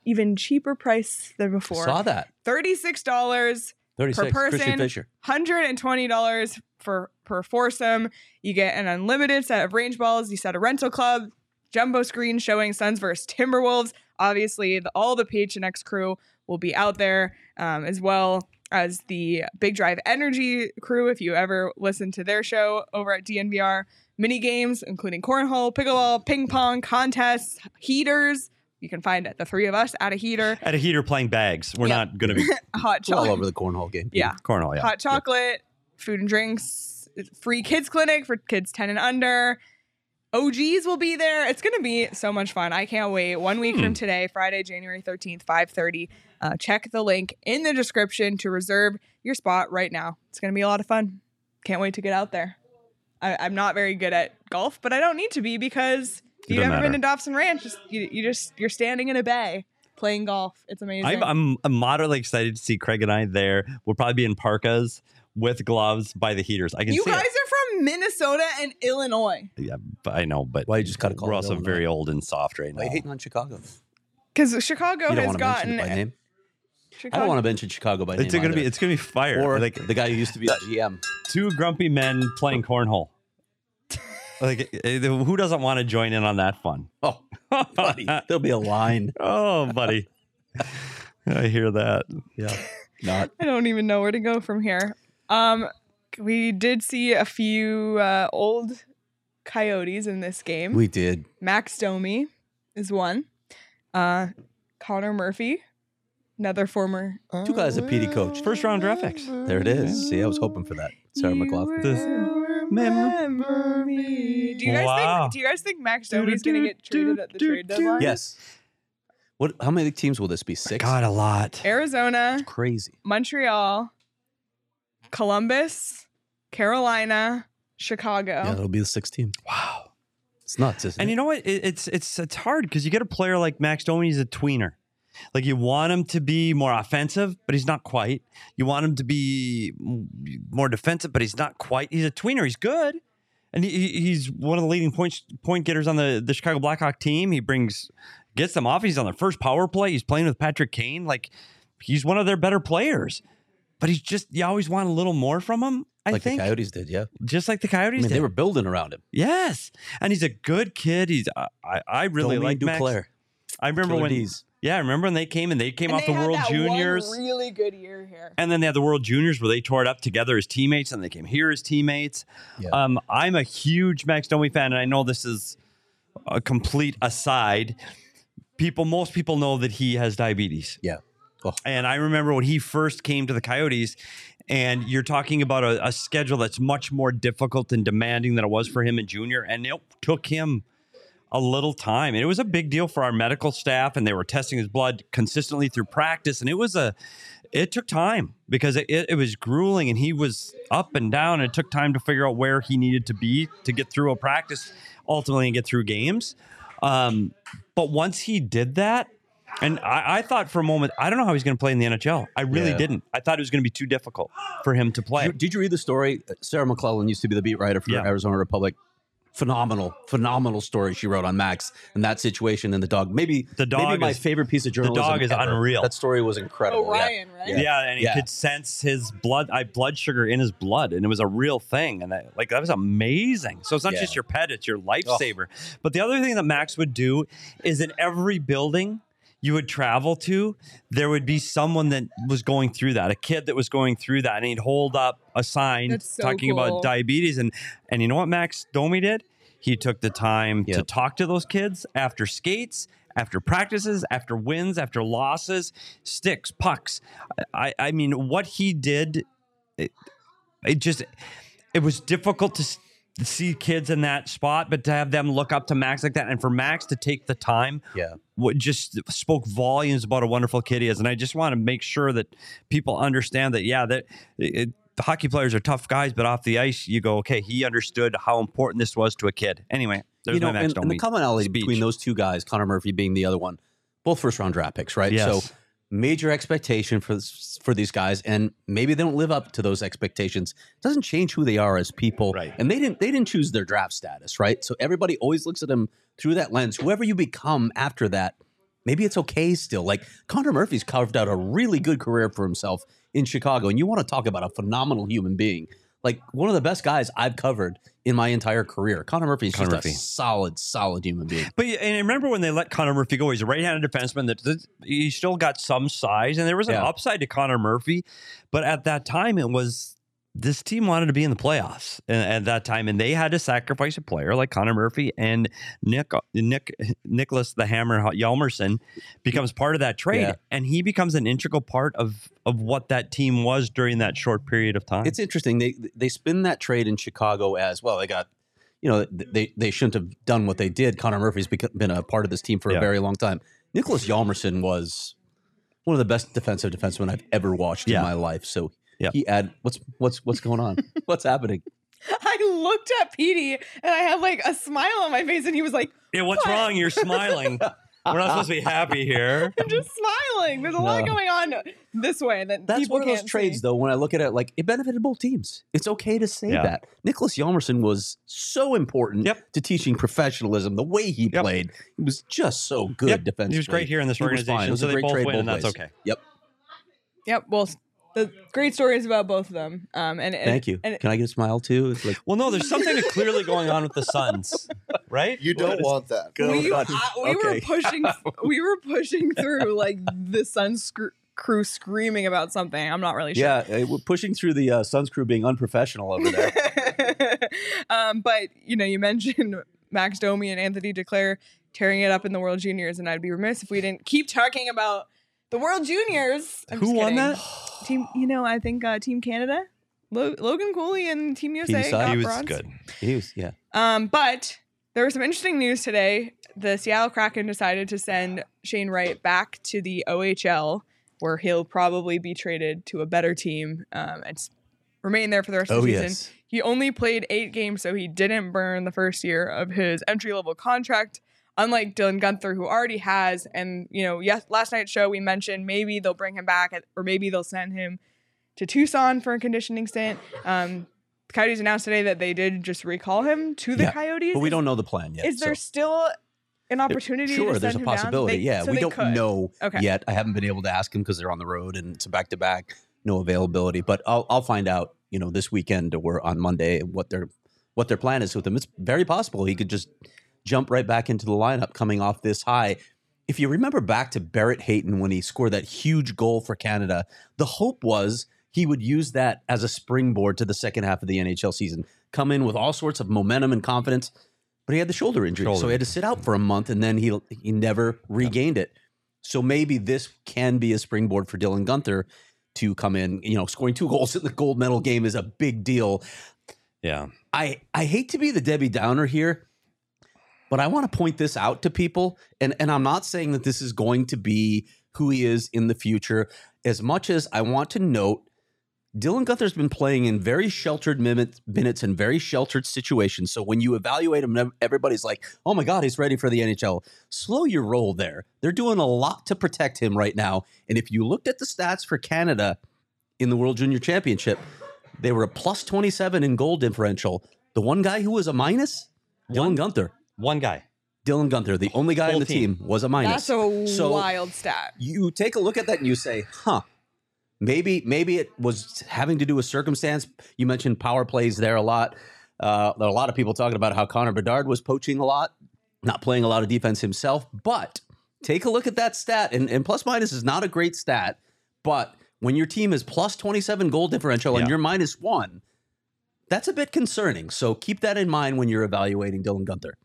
Speaker 1: even cheaper price than before.
Speaker 2: Saw that.
Speaker 1: Thirty-six dollars
Speaker 2: 36.
Speaker 1: per person.
Speaker 2: Christian Fisher.
Speaker 1: $120 for per foursome. You get an unlimited set of range balls, you set a rental club, jumbo screen showing Suns versus Timberwolves. Obviously, the, all the PHNX crew will be out there um, as well as the Big Drive Energy crew. If you ever listen to their show over at DNVR, mini games including cornhole, pickleball, ping pong contests, heaters. You can find the three of us at a heater,
Speaker 3: At a heater playing bags. We're
Speaker 1: Yeah.
Speaker 3: not going to be
Speaker 1: hot
Speaker 2: It's all
Speaker 1: chocolate.
Speaker 2: over the cornhole game.
Speaker 1: Yeah
Speaker 3: cornhole. Yeah.
Speaker 1: hot chocolate, food and drinks, free kids clinic for kids 10 and under. OGs will be there. It's going to be so much fun. I can't wait. One week
Speaker 3: Hmm.
Speaker 1: from today, Friday, January 13th, 5:30. Uh, check the link in the description to reserve your spot right now. It's going to be a lot of fun. Can't wait to get out there. I, I'm not very good at golf, but I don't need to be because If you've
Speaker 3: Doesn't
Speaker 1: ever been to
Speaker 3: matter.
Speaker 1: Dobson Ranch, just, you, you just you're standing in a bay playing golf. It's amazing.
Speaker 3: I'm, I'm I'm moderately excited to see Craig and I there. We'll probably be in parkas with gloves by the heaters. I can
Speaker 1: you
Speaker 3: see
Speaker 1: guys
Speaker 3: it.
Speaker 1: are from Minnesota and Illinois.
Speaker 3: Yeah, but I know, but
Speaker 2: Why you just gotta call
Speaker 3: We're
Speaker 2: it
Speaker 3: also
Speaker 2: Illinois?
Speaker 3: very old and soft right
Speaker 2: Why are
Speaker 3: now.
Speaker 2: you hating on Chicago?
Speaker 1: Because Chicago
Speaker 2: You don't
Speaker 1: has
Speaker 2: want to mention
Speaker 1: gotten.
Speaker 2: it by name. I
Speaker 1: Chicago,
Speaker 2: don't want to mention Chicago by
Speaker 3: It's
Speaker 2: name.
Speaker 3: gonna be
Speaker 2: either.
Speaker 3: it's gonna be fire.
Speaker 2: or
Speaker 3: like
Speaker 2: the guy who used to be a GM.
Speaker 3: two grumpy men playing cornhole. like eh, who doesn't want to join in on that fun?
Speaker 2: Oh, buddy, there'll be a line.
Speaker 3: Oh, buddy. I hear that.
Speaker 2: Yeah, not
Speaker 1: I don't even know where to go from here. Um, we did see a few uh, old coyotes in this game.
Speaker 2: we did.
Speaker 1: Max Domi is one. Uh, Connor Murphy, another former.
Speaker 2: Two guys a PD coach.
Speaker 3: First round draft picks.
Speaker 2: There it is. See, I was hoping for that. Sarah
Speaker 1: You
Speaker 2: McLaughlin.
Speaker 3: This-
Speaker 1: will
Speaker 3: Remember
Speaker 1: remember me. Do you guys
Speaker 3: Wow.
Speaker 1: think? Do you guys think Max Domi's gonna get traded at the trade deadline?
Speaker 2: Yes. What? How many teams will this be? Six.
Speaker 3: God, a lot.
Speaker 1: Arizona,
Speaker 2: crazy.
Speaker 1: Montreal, Columbus, Carolina, Chicago.
Speaker 2: Yeah, it'll be the sixth team. Wow, it's nuts, isn't
Speaker 3: And
Speaker 2: it?
Speaker 3: you know what? It, it's it's it's hard because you get a player like Max Domi. He's a tweener. Like you want him to be more offensive, but he's not quite. You want him to be m- more defensive, but he's not quite. He's a tweener. He's good, and he- he, he's one of the leading point point getters on the the Chicago Blackhawk team. He brings gets them off. He's on their first power play. He's playing with Patrick Kane. Like he's one of their better players, but he's just you always want a little more from him. I
Speaker 2: like
Speaker 3: think
Speaker 2: the Coyotes did. Yeah,
Speaker 3: just like the Coyotes.
Speaker 2: I mean
Speaker 3: did.
Speaker 2: they were building around him.
Speaker 3: Yes, and he's a good kid. He's I I, I really
Speaker 2: Domi
Speaker 3: like
Speaker 2: and
Speaker 3: Max.
Speaker 2: Duclair.
Speaker 3: I remember
Speaker 2: Killer
Speaker 3: when
Speaker 2: D's.
Speaker 3: yeah, I remember when they came and they came
Speaker 1: And
Speaker 3: off
Speaker 1: they
Speaker 3: the
Speaker 1: had
Speaker 3: World
Speaker 1: that one
Speaker 3: Juniors,
Speaker 1: really good year here.
Speaker 3: and then they had the World Juniors where they tore it up together as teammates, and they came here as teammates.
Speaker 2: Yeah.
Speaker 3: Um, I'm a huge Max Domi fan, and I know this is a complete aside. People, most people know that he has diabetes.
Speaker 2: Yeah. Oh.
Speaker 3: And I remember when he first came to the Coyotes, and you're talking about a, a schedule that's much more difficult and demanding than it was for him in junior. And it took him a little time. And it was a big deal for our medical staff, and they were testing his blood consistently through practice. And it was a, it took time because it, it, it was grueling and he was up and down. It took time to figure out where he needed to be to get through a practice ultimately and get through games. Um, but once he did that, and I, I thought for a moment, I don't know how he's going to play in the NHL. I really
Speaker 2: Yeah.
Speaker 3: didn't. I thought it was going to be too difficult for him to play.
Speaker 2: Did you, did you read the story? Uh, Sarah McClellan used to be the beat writer for
Speaker 3: Yeah.
Speaker 2: Arizona Republic. Phenomenal, phenomenal story she wrote on Max and that situation and the dog. Maybe
Speaker 3: The
Speaker 2: Maybe
Speaker 3: dog
Speaker 2: my
Speaker 3: is-
Speaker 2: favorite piece of journalism.
Speaker 3: dog is
Speaker 2: ever.
Speaker 3: unreal.
Speaker 2: That story was incredible. yeah.
Speaker 1: Orion, right?
Speaker 3: Yeah, and he
Speaker 2: Yeah.
Speaker 3: could sense his blood, I blood sugar in his blood, and it was a real thing, and that, like that was amazing. So it's not
Speaker 2: Yeah.
Speaker 3: just your pet; it's your lifesaver. But the other thing that Max would do is in every building you would travel to, there would be someone that was going through that, a kid that was going through that, and he'd hold up a sign
Speaker 1: That's so
Speaker 3: talking about
Speaker 1: cool.
Speaker 3: diabetes, and and you know what Max Domi did? He took the time to
Speaker 2: Yep.
Speaker 3: talk to those kids after skates, after practices, after wins, after losses, sticks, pucks. I, I mean, what he did, it, it just, it was difficult to s- to see kids in that spot, but to have them look up to Max like that, and for Max to take the time,
Speaker 2: Yeah.
Speaker 3: what just spoke volumes about a wonderful kid he is. And I just want to make sure that people understand that, yeah, that it, the hockey players are tough guys, but off the ice, you go, okay, he understood how important this was to a kid. Anyway, there's
Speaker 2: you know,
Speaker 3: my Max
Speaker 2: and, and the
Speaker 3: Domi.
Speaker 2: commonality
Speaker 3: speech.
Speaker 2: between those two guys, Connor Murphy being the other one, both first round draft picks, right?
Speaker 3: Yes.
Speaker 2: So major expectation for this, for these guys, and maybe they don't live up to those expectations. doesn't change who they are as people,
Speaker 3: Right.
Speaker 2: and they didn't they didn't choose their draft status, right? So everybody always looks at them through that lens. Whoever you become after that, maybe it's okay still. Like Connor Murphy's carved out a really good career for himself in Chicago, and you want to talk about a phenomenal human being. Like one of the best guys I've covered in my entire career. Connor Murphy's
Speaker 3: Connor
Speaker 2: just
Speaker 3: Murphy.
Speaker 2: a solid, solid human being.
Speaker 3: But and I remember when they let Connor Murphy go, he's a right-handed defenseman that, that he still got some size, and there was an
Speaker 2: Yeah.
Speaker 3: upside to Connor Murphy. But at that time, it was this team wanted to be in the playoffs a- at that time, and they had to sacrifice a player like Connor Murphy and Nick Nick Nicholas the Hammer Yalmerson becomes part of that trade,
Speaker 2: Yeah.
Speaker 3: and he becomes an integral part of of what that team was during that short period of time.
Speaker 2: It's interesting. They they spin that trade in Chicago as well. They got, you know, they they shouldn't have done what they did. Connor Murphy's beco- been a part of this team for
Speaker 3: Yeah.
Speaker 2: a very long time. Nicholas Yalmerson was one of the best defensive defensemen I've ever watched
Speaker 3: Yeah.
Speaker 2: in my life. So
Speaker 3: Yeah.
Speaker 2: he add what's what's what's going on? what's happening?
Speaker 1: I looked at Petey and I had like a smile on my face, and he was like,
Speaker 3: Yeah, what's wrong? You're smiling. We're not supposed to be happy here.
Speaker 1: I'm just smiling. There's a lot
Speaker 2: No.
Speaker 1: going on this way that
Speaker 2: That's
Speaker 1: people
Speaker 2: one of those
Speaker 1: can't
Speaker 2: trades,
Speaker 1: see.
Speaker 2: though. When I look at it, like it benefited both teams. It's okay to say
Speaker 3: Yeah.
Speaker 2: that Nicholas Yalmerson was so important
Speaker 3: Yep.
Speaker 2: to teaching professionalism. The way he
Speaker 3: Yep.
Speaker 2: played, he was just so good
Speaker 3: Yep.
Speaker 2: defensively.
Speaker 3: He was great here in this
Speaker 2: He was fine.
Speaker 3: organization,
Speaker 2: It was
Speaker 3: so
Speaker 2: a
Speaker 3: they
Speaker 2: great
Speaker 3: both
Speaker 2: trade
Speaker 3: win, and that's
Speaker 2: ways.
Speaker 3: okay.
Speaker 2: Yep.
Speaker 1: Yep. Well, s- the great stories about both of them. Um, and, and
Speaker 2: Thank you.
Speaker 1: And
Speaker 2: Can I get a smile too? It's like
Speaker 3: Well, no, there's something clearly going on with the Suns, right?
Speaker 4: You don't want that.
Speaker 1: we, I- we were
Speaker 2: Okay.
Speaker 1: pushing, we were pushing through like the Suns scr- crew screaming about something. I'm not really sure.
Speaker 2: yeah, eh, we're pushing through the uh, Suns crew being unprofessional over there.
Speaker 1: um, but you know, you mentioned Max Domi and Anthony Declare tearing it up in the World Juniors, and I'd be remiss if we didn't keep talking about the World Juniors. I'm
Speaker 3: Who
Speaker 1: just
Speaker 3: won
Speaker 1: kidding.
Speaker 3: that?
Speaker 1: Team, you know, I think uh, Team Canada, Lo- Logan Cooley and Team USA.
Speaker 2: decided-
Speaker 1: got
Speaker 3: He was
Speaker 1: bronze.
Speaker 3: good.
Speaker 2: he was, yeah.
Speaker 1: Um, but there was some interesting news today. The Seattle Kraken decided to send Shane Wright back to the OHL, where he'll probably be traded to a better team um, and s- remain there for the rest of
Speaker 2: Oh,
Speaker 1: the season.
Speaker 2: yes.
Speaker 1: He only played eight games, so he didn't burn the first year of his entry level contract. Unlike Dylan Gunther, who already has, and you know, yes, last night's show we mentioned maybe they'll bring him back, at- or maybe they'll send him to Tucson for a conditioning stint. Um, the Coyotes announced today that they did just recall him to the
Speaker 2: Yeah,
Speaker 1: Coyotes.
Speaker 2: But we
Speaker 1: Is-
Speaker 2: don't know the plan yet.
Speaker 1: Is there
Speaker 2: so-
Speaker 1: still an opportunity?
Speaker 2: Sure,
Speaker 1: to
Speaker 2: there's a
Speaker 1: send him down?
Speaker 2: possibility.
Speaker 1: They-
Speaker 2: yeah,
Speaker 1: so
Speaker 2: we
Speaker 1: they
Speaker 2: don't
Speaker 1: could.
Speaker 2: know
Speaker 1: Okay.
Speaker 2: yet. I haven't been able to ask him because they're on the road and it's a back to back, no availability. But I'll I'll find out, you know, this weekend or on Monday what their what their plan is with him. It's very possible he could just jump right back into the lineup coming off this high. If you remember back to Barrett Hayton when he scored that huge goal for Canada, the hope was he would use that as a springboard to the second half of the NHL season, come in with all sorts of momentum and confidence. But he had the shoulder injury,
Speaker 3: Shoulder
Speaker 2: so he had to sit out for a month, and then he he never regained it. So maybe this can be a springboard for Dylan Gunther to come in. You know, scoring two goals in the gold medal game is a big deal.
Speaker 3: Yeah.
Speaker 2: I I hate to be the Debbie Downer here, but I want to point this out to people, and and I'm not saying that this is going to be who he is in the future. As much as I want to note, Dylan Guther's been playing in very sheltered minutes, minutes and very sheltered situations. So when you evaluate him, ev- everybody's like, "Oh my God, he's ready for the NHL." Slow your roll there. They're doing a lot to protect him right now, and if you looked at the stats for Canada in the World Junior Championship, they were a plus 27 in goal differential. The one guy who was a minus, Dylan Gunther.
Speaker 3: One guy.
Speaker 2: Dylan Gunther, the only guy on
Speaker 3: Whole
Speaker 2: the team. was a minus.
Speaker 1: That's a
Speaker 2: so
Speaker 1: wild stat.
Speaker 2: you take a look at that and you say, huh, maybe maybe it was having to do with circumstance. You mentioned power plays there a lot. Uh, there are a lot of people talking about how Connor Bedard was poaching a lot, not playing a lot of defense himself. But take a look at that stat, and, and plus minus is not a great stat, but when your team is plus 27 goal differential and
Speaker 3: Yeah.
Speaker 2: you're minus one, that's a bit concerning. So keep that in mind when you're evaluating Dylan Gunther.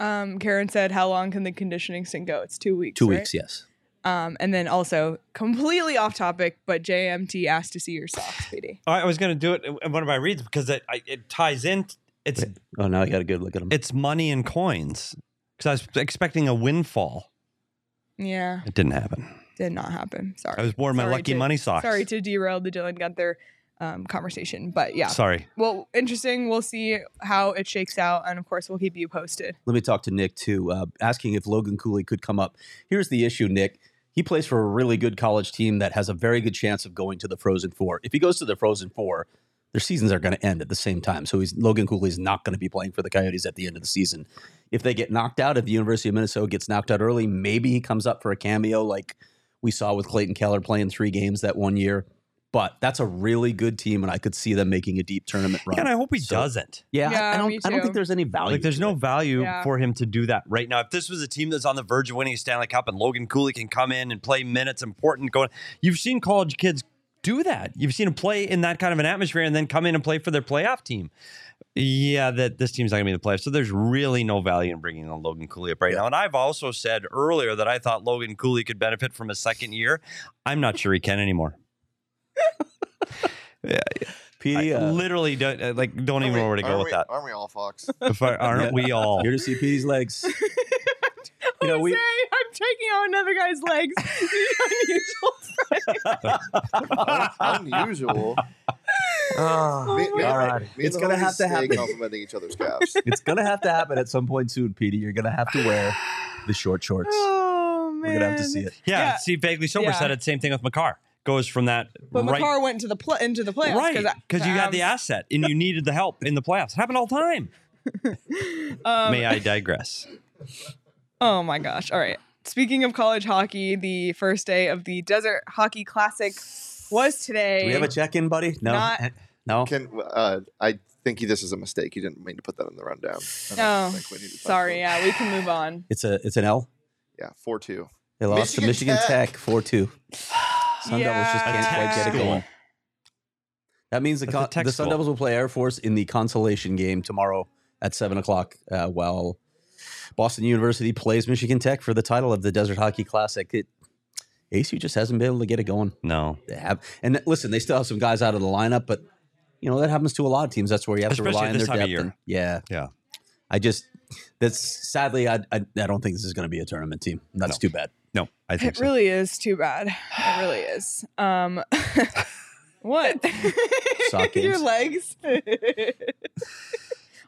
Speaker 1: Um, Karen said, "How long can the conditioning stint go? It's two weeks.
Speaker 2: Two
Speaker 1: right?
Speaker 2: weeks, yes.
Speaker 1: Um, and then also completely off topic, but JMT asked to see your socks, PD.
Speaker 3: I I was going to do it in one of my reads because it, I, it ties in. It's
Speaker 2: Oh, now I got a good look at him.
Speaker 3: it's money and coins because I was expecting a windfall.
Speaker 1: Yeah,
Speaker 3: It didn't happen.
Speaker 1: did not happen. Sorry.
Speaker 3: I was wearing my
Speaker 1: Sorry
Speaker 3: lucky
Speaker 1: to-
Speaker 3: money socks.
Speaker 1: Sorry to derail the Dylan Gunther um, conversation, but yeah.
Speaker 3: Sorry.
Speaker 1: Well, interesting. We'll see how it shakes out, and of course, we'll keep you posted.
Speaker 2: let me talk to Nick too, uh, asking if Logan Cooley could come up. Here's the issue, Nick. He plays for a really good college team that has a very good chance of going to the Frozen Four. If he goes to the Frozen Four, their seasons are going to end at the same time. So he's Logan Cooley's not going to be playing for the Coyotes at the end of the season. If they get knocked out, if the University of Minnesota gets knocked out early, maybe he comes up for a cameo like we saw with Clayton Keller playing three games that one year. But that's a really good team, and I could see them making a deep tournament run.
Speaker 3: Yeah, and I hope he
Speaker 2: So-
Speaker 3: doesn't.
Speaker 2: Yeah, I-
Speaker 1: Yeah,
Speaker 2: I,
Speaker 1: me
Speaker 2: don't. I don't
Speaker 1: too.
Speaker 2: think there's any value.
Speaker 3: Like, there's
Speaker 2: to
Speaker 3: no
Speaker 2: it.
Speaker 3: value
Speaker 1: Yeah.
Speaker 3: for him to do that right now. If this was a team that's on the verge of winning a Stanley Cup and Logan Cooley can come in and play minutes, important going, you've seen college kids do that. You've seen them play in that kind of an atmosphere and then come in and play for their playoff team. Yeah, that this team's not going to be in the playoffs. So there's really no value in bringing on Logan Cooley up right now. And I've also said earlier that I thought Logan Cooley could benefit from a second year. I'm not sure he can anymore.
Speaker 2: Petey,
Speaker 3: I
Speaker 2: uh,
Speaker 3: literally don't uh, like. Don't even know where to go
Speaker 4: Aren't
Speaker 3: with
Speaker 4: we-
Speaker 3: that.
Speaker 4: Aren't we all Fox?
Speaker 3: If I, aren't we all?
Speaker 2: Here to see Petey's legs. You know,
Speaker 1: Jose,
Speaker 2: we-
Speaker 1: I'm taking out another guy's legs. Unusual.
Speaker 4: Un- Unusual. Ah, Me- me-
Speaker 2: All right.
Speaker 4: me and
Speaker 2: Oh It's
Speaker 4: the
Speaker 2: gonna
Speaker 4: homies
Speaker 2: have to
Speaker 4: stay
Speaker 2: happen.
Speaker 4: Complimenting each other's calves.
Speaker 2: It's gonna have to happen at some point soon, Petey. You're gonna have to wear the short shorts.
Speaker 1: Oh man,
Speaker 2: We're gonna have to see it.
Speaker 3: Yeah,
Speaker 1: Yeah.
Speaker 3: see, vaguely sober
Speaker 1: Yeah.
Speaker 3: said it. Same thing with Makar. Goes from that
Speaker 1: But
Speaker 3: right,
Speaker 1: Makar went to the pl- into the playoffs
Speaker 3: right,
Speaker 1: I-
Speaker 3: because you
Speaker 1: um,
Speaker 3: had the asset and you needed the help in the playoffs. It happened all the time.
Speaker 1: Um,
Speaker 3: May I digress?
Speaker 1: Oh my gosh. All right. Speaking of college hockey, the first day of the Desert Hockey Classic was today.
Speaker 2: Do we have a check-in, buddy? No,
Speaker 1: Not-
Speaker 2: no.
Speaker 4: Can uh, I think this is a mistake? You didn't mean to put that in the rundown. I don't
Speaker 1: Oh,
Speaker 4: think we need to talk
Speaker 1: Sorry,
Speaker 4: about it.
Speaker 1: yeah, we can move on.
Speaker 2: It's a it's an L.
Speaker 4: yeah, four two.
Speaker 2: They lost to
Speaker 4: Michigan
Speaker 2: Michigan
Speaker 4: Tech.
Speaker 2: Tech four two. Sun Devils just
Speaker 1: Yeah.
Speaker 2: can't quite get it
Speaker 3: School.
Speaker 2: going. That means the,
Speaker 3: That's a
Speaker 2: con-
Speaker 3: tech
Speaker 2: the Sun
Speaker 3: school.
Speaker 2: Devils will play Air Force in the consolation game tomorrow at seven o'clock, uh, while Boston University plays Michigan Tech for the title of the Desert Hockey Classic. It, ACU just hasn't been able to get it going.
Speaker 3: No,
Speaker 2: They have, and th- listen, they still have some guys out of the lineup, but you know that happens to a lot of teams. That's where you have
Speaker 3: Especially
Speaker 2: to rely
Speaker 3: at
Speaker 2: on
Speaker 3: this
Speaker 2: their
Speaker 3: time of
Speaker 2: depth.
Speaker 3: year.
Speaker 2: and- yeah,
Speaker 3: Yeah.
Speaker 2: I just that's sadly, I I, I don't think this is going to be a tournament team. That's too bad.
Speaker 3: no, I think
Speaker 1: It
Speaker 3: so.
Speaker 1: really is too bad. It really is. Um what?
Speaker 2: Sock
Speaker 1: your
Speaker 2: games.
Speaker 1: legs.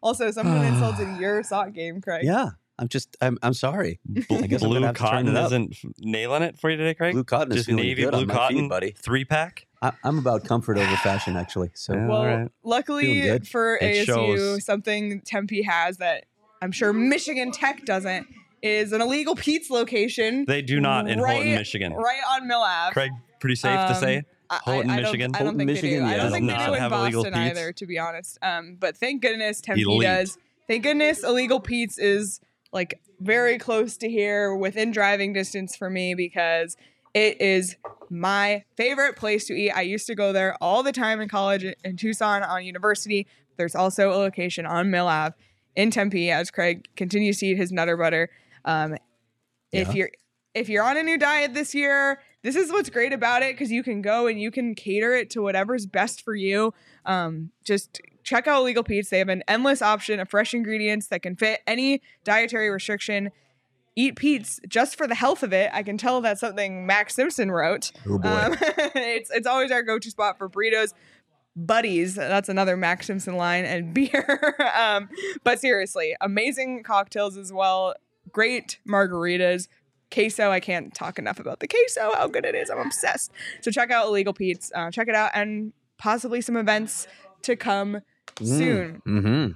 Speaker 1: also, someone insulted your sock game, Craig.
Speaker 2: Yeah, I'm just I'm I'm sorry. I guess I'm gonna
Speaker 3: blue
Speaker 2: have to turn
Speaker 3: cotton
Speaker 2: it up.
Speaker 3: isn't f- nailing it for you today, Craig.
Speaker 2: Blue cotton is
Speaker 3: just
Speaker 2: feeling
Speaker 3: navy
Speaker 2: good
Speaker 3: blue
Speaker 2: on my feet,
Speaker 3: cotton,
Speaker 2: buddy.
Speaker 3: Three pack.
Speaker 2: I, I'm about comfort over fashion, actually. So
Speaker 3: Yeah.
Speaker 1: Well,
Speaker 3: Alright.
Speaker 2: Feeling
Speaker 1: luckily
Speaker 2: good.
Speaker 1: for ASU,
Speaker 3: It shows.
Speaker 1: something Tempe has that I'm sure Michigan Tech doesn't is an illegal Pete's location.
Speaker 3: They do not in Holton, Michigan.
Speaker 1: Right on Mill Ave.
Speaker 3: Craig, pretty safe to
Speaker 1: Um,
Speaker 3: say.
Speaker 1: I- I-
Speaker 3: Holton,
Speaker 1: I don't-
Speaker 3: Michigan.
Speaker 1: I don't,
Speaker 2: Holton,
Speaker 1: think
Speaker 2: Michigan,
Speaker 1: they do. I
Speaker 2: yeah,
Speaker 1: don't
Speaker 2: does
Speaker 1: think they
Speaker 3: not
Speaker 1: do in
Speaker 3: have illegal
Speaker 1: Boston
Speaker 3: Pete's.
Speaker 1: either, to be honest. Um, but thank goodness Tempe
Speaker 3: Elite.
Speaker 1: does. Thank goodness illegal Pete's is like very close to here, within driving distance for me because it is my favorite place to eat. I used to go there all the time in college in Tucson on university. There's also a location on Mill Ave in Tempe as Craig continues to eat his nutter butter. Um, if
Speaker 2: Yeah.
Speaker 1: you're if you're on a new diet this year, this is what's great about it because you can go and you can cater it to whatever's best for you. Um, just check out Legal Pete's. They have an endless option of fresh ingredients that can fit any dietary restriction. Eat Pete's just for the health of it. I can tell that's something Max Simpson wrote.
Speaker 2: Oh, boy.
Speaker 1: Um, it's it's always our go-to spot for burritos. Buddies, that's another Max Simpson line, and beer. um, but seriously, amazing cocktails as well. Great margaritas. Queso, I can't talk enough about the queso, how good it is. I'm obsessed. So check out Illegal Pete's, uh, check it out, and possibly some events to come soon.
Speaker 2: Mm-hmm.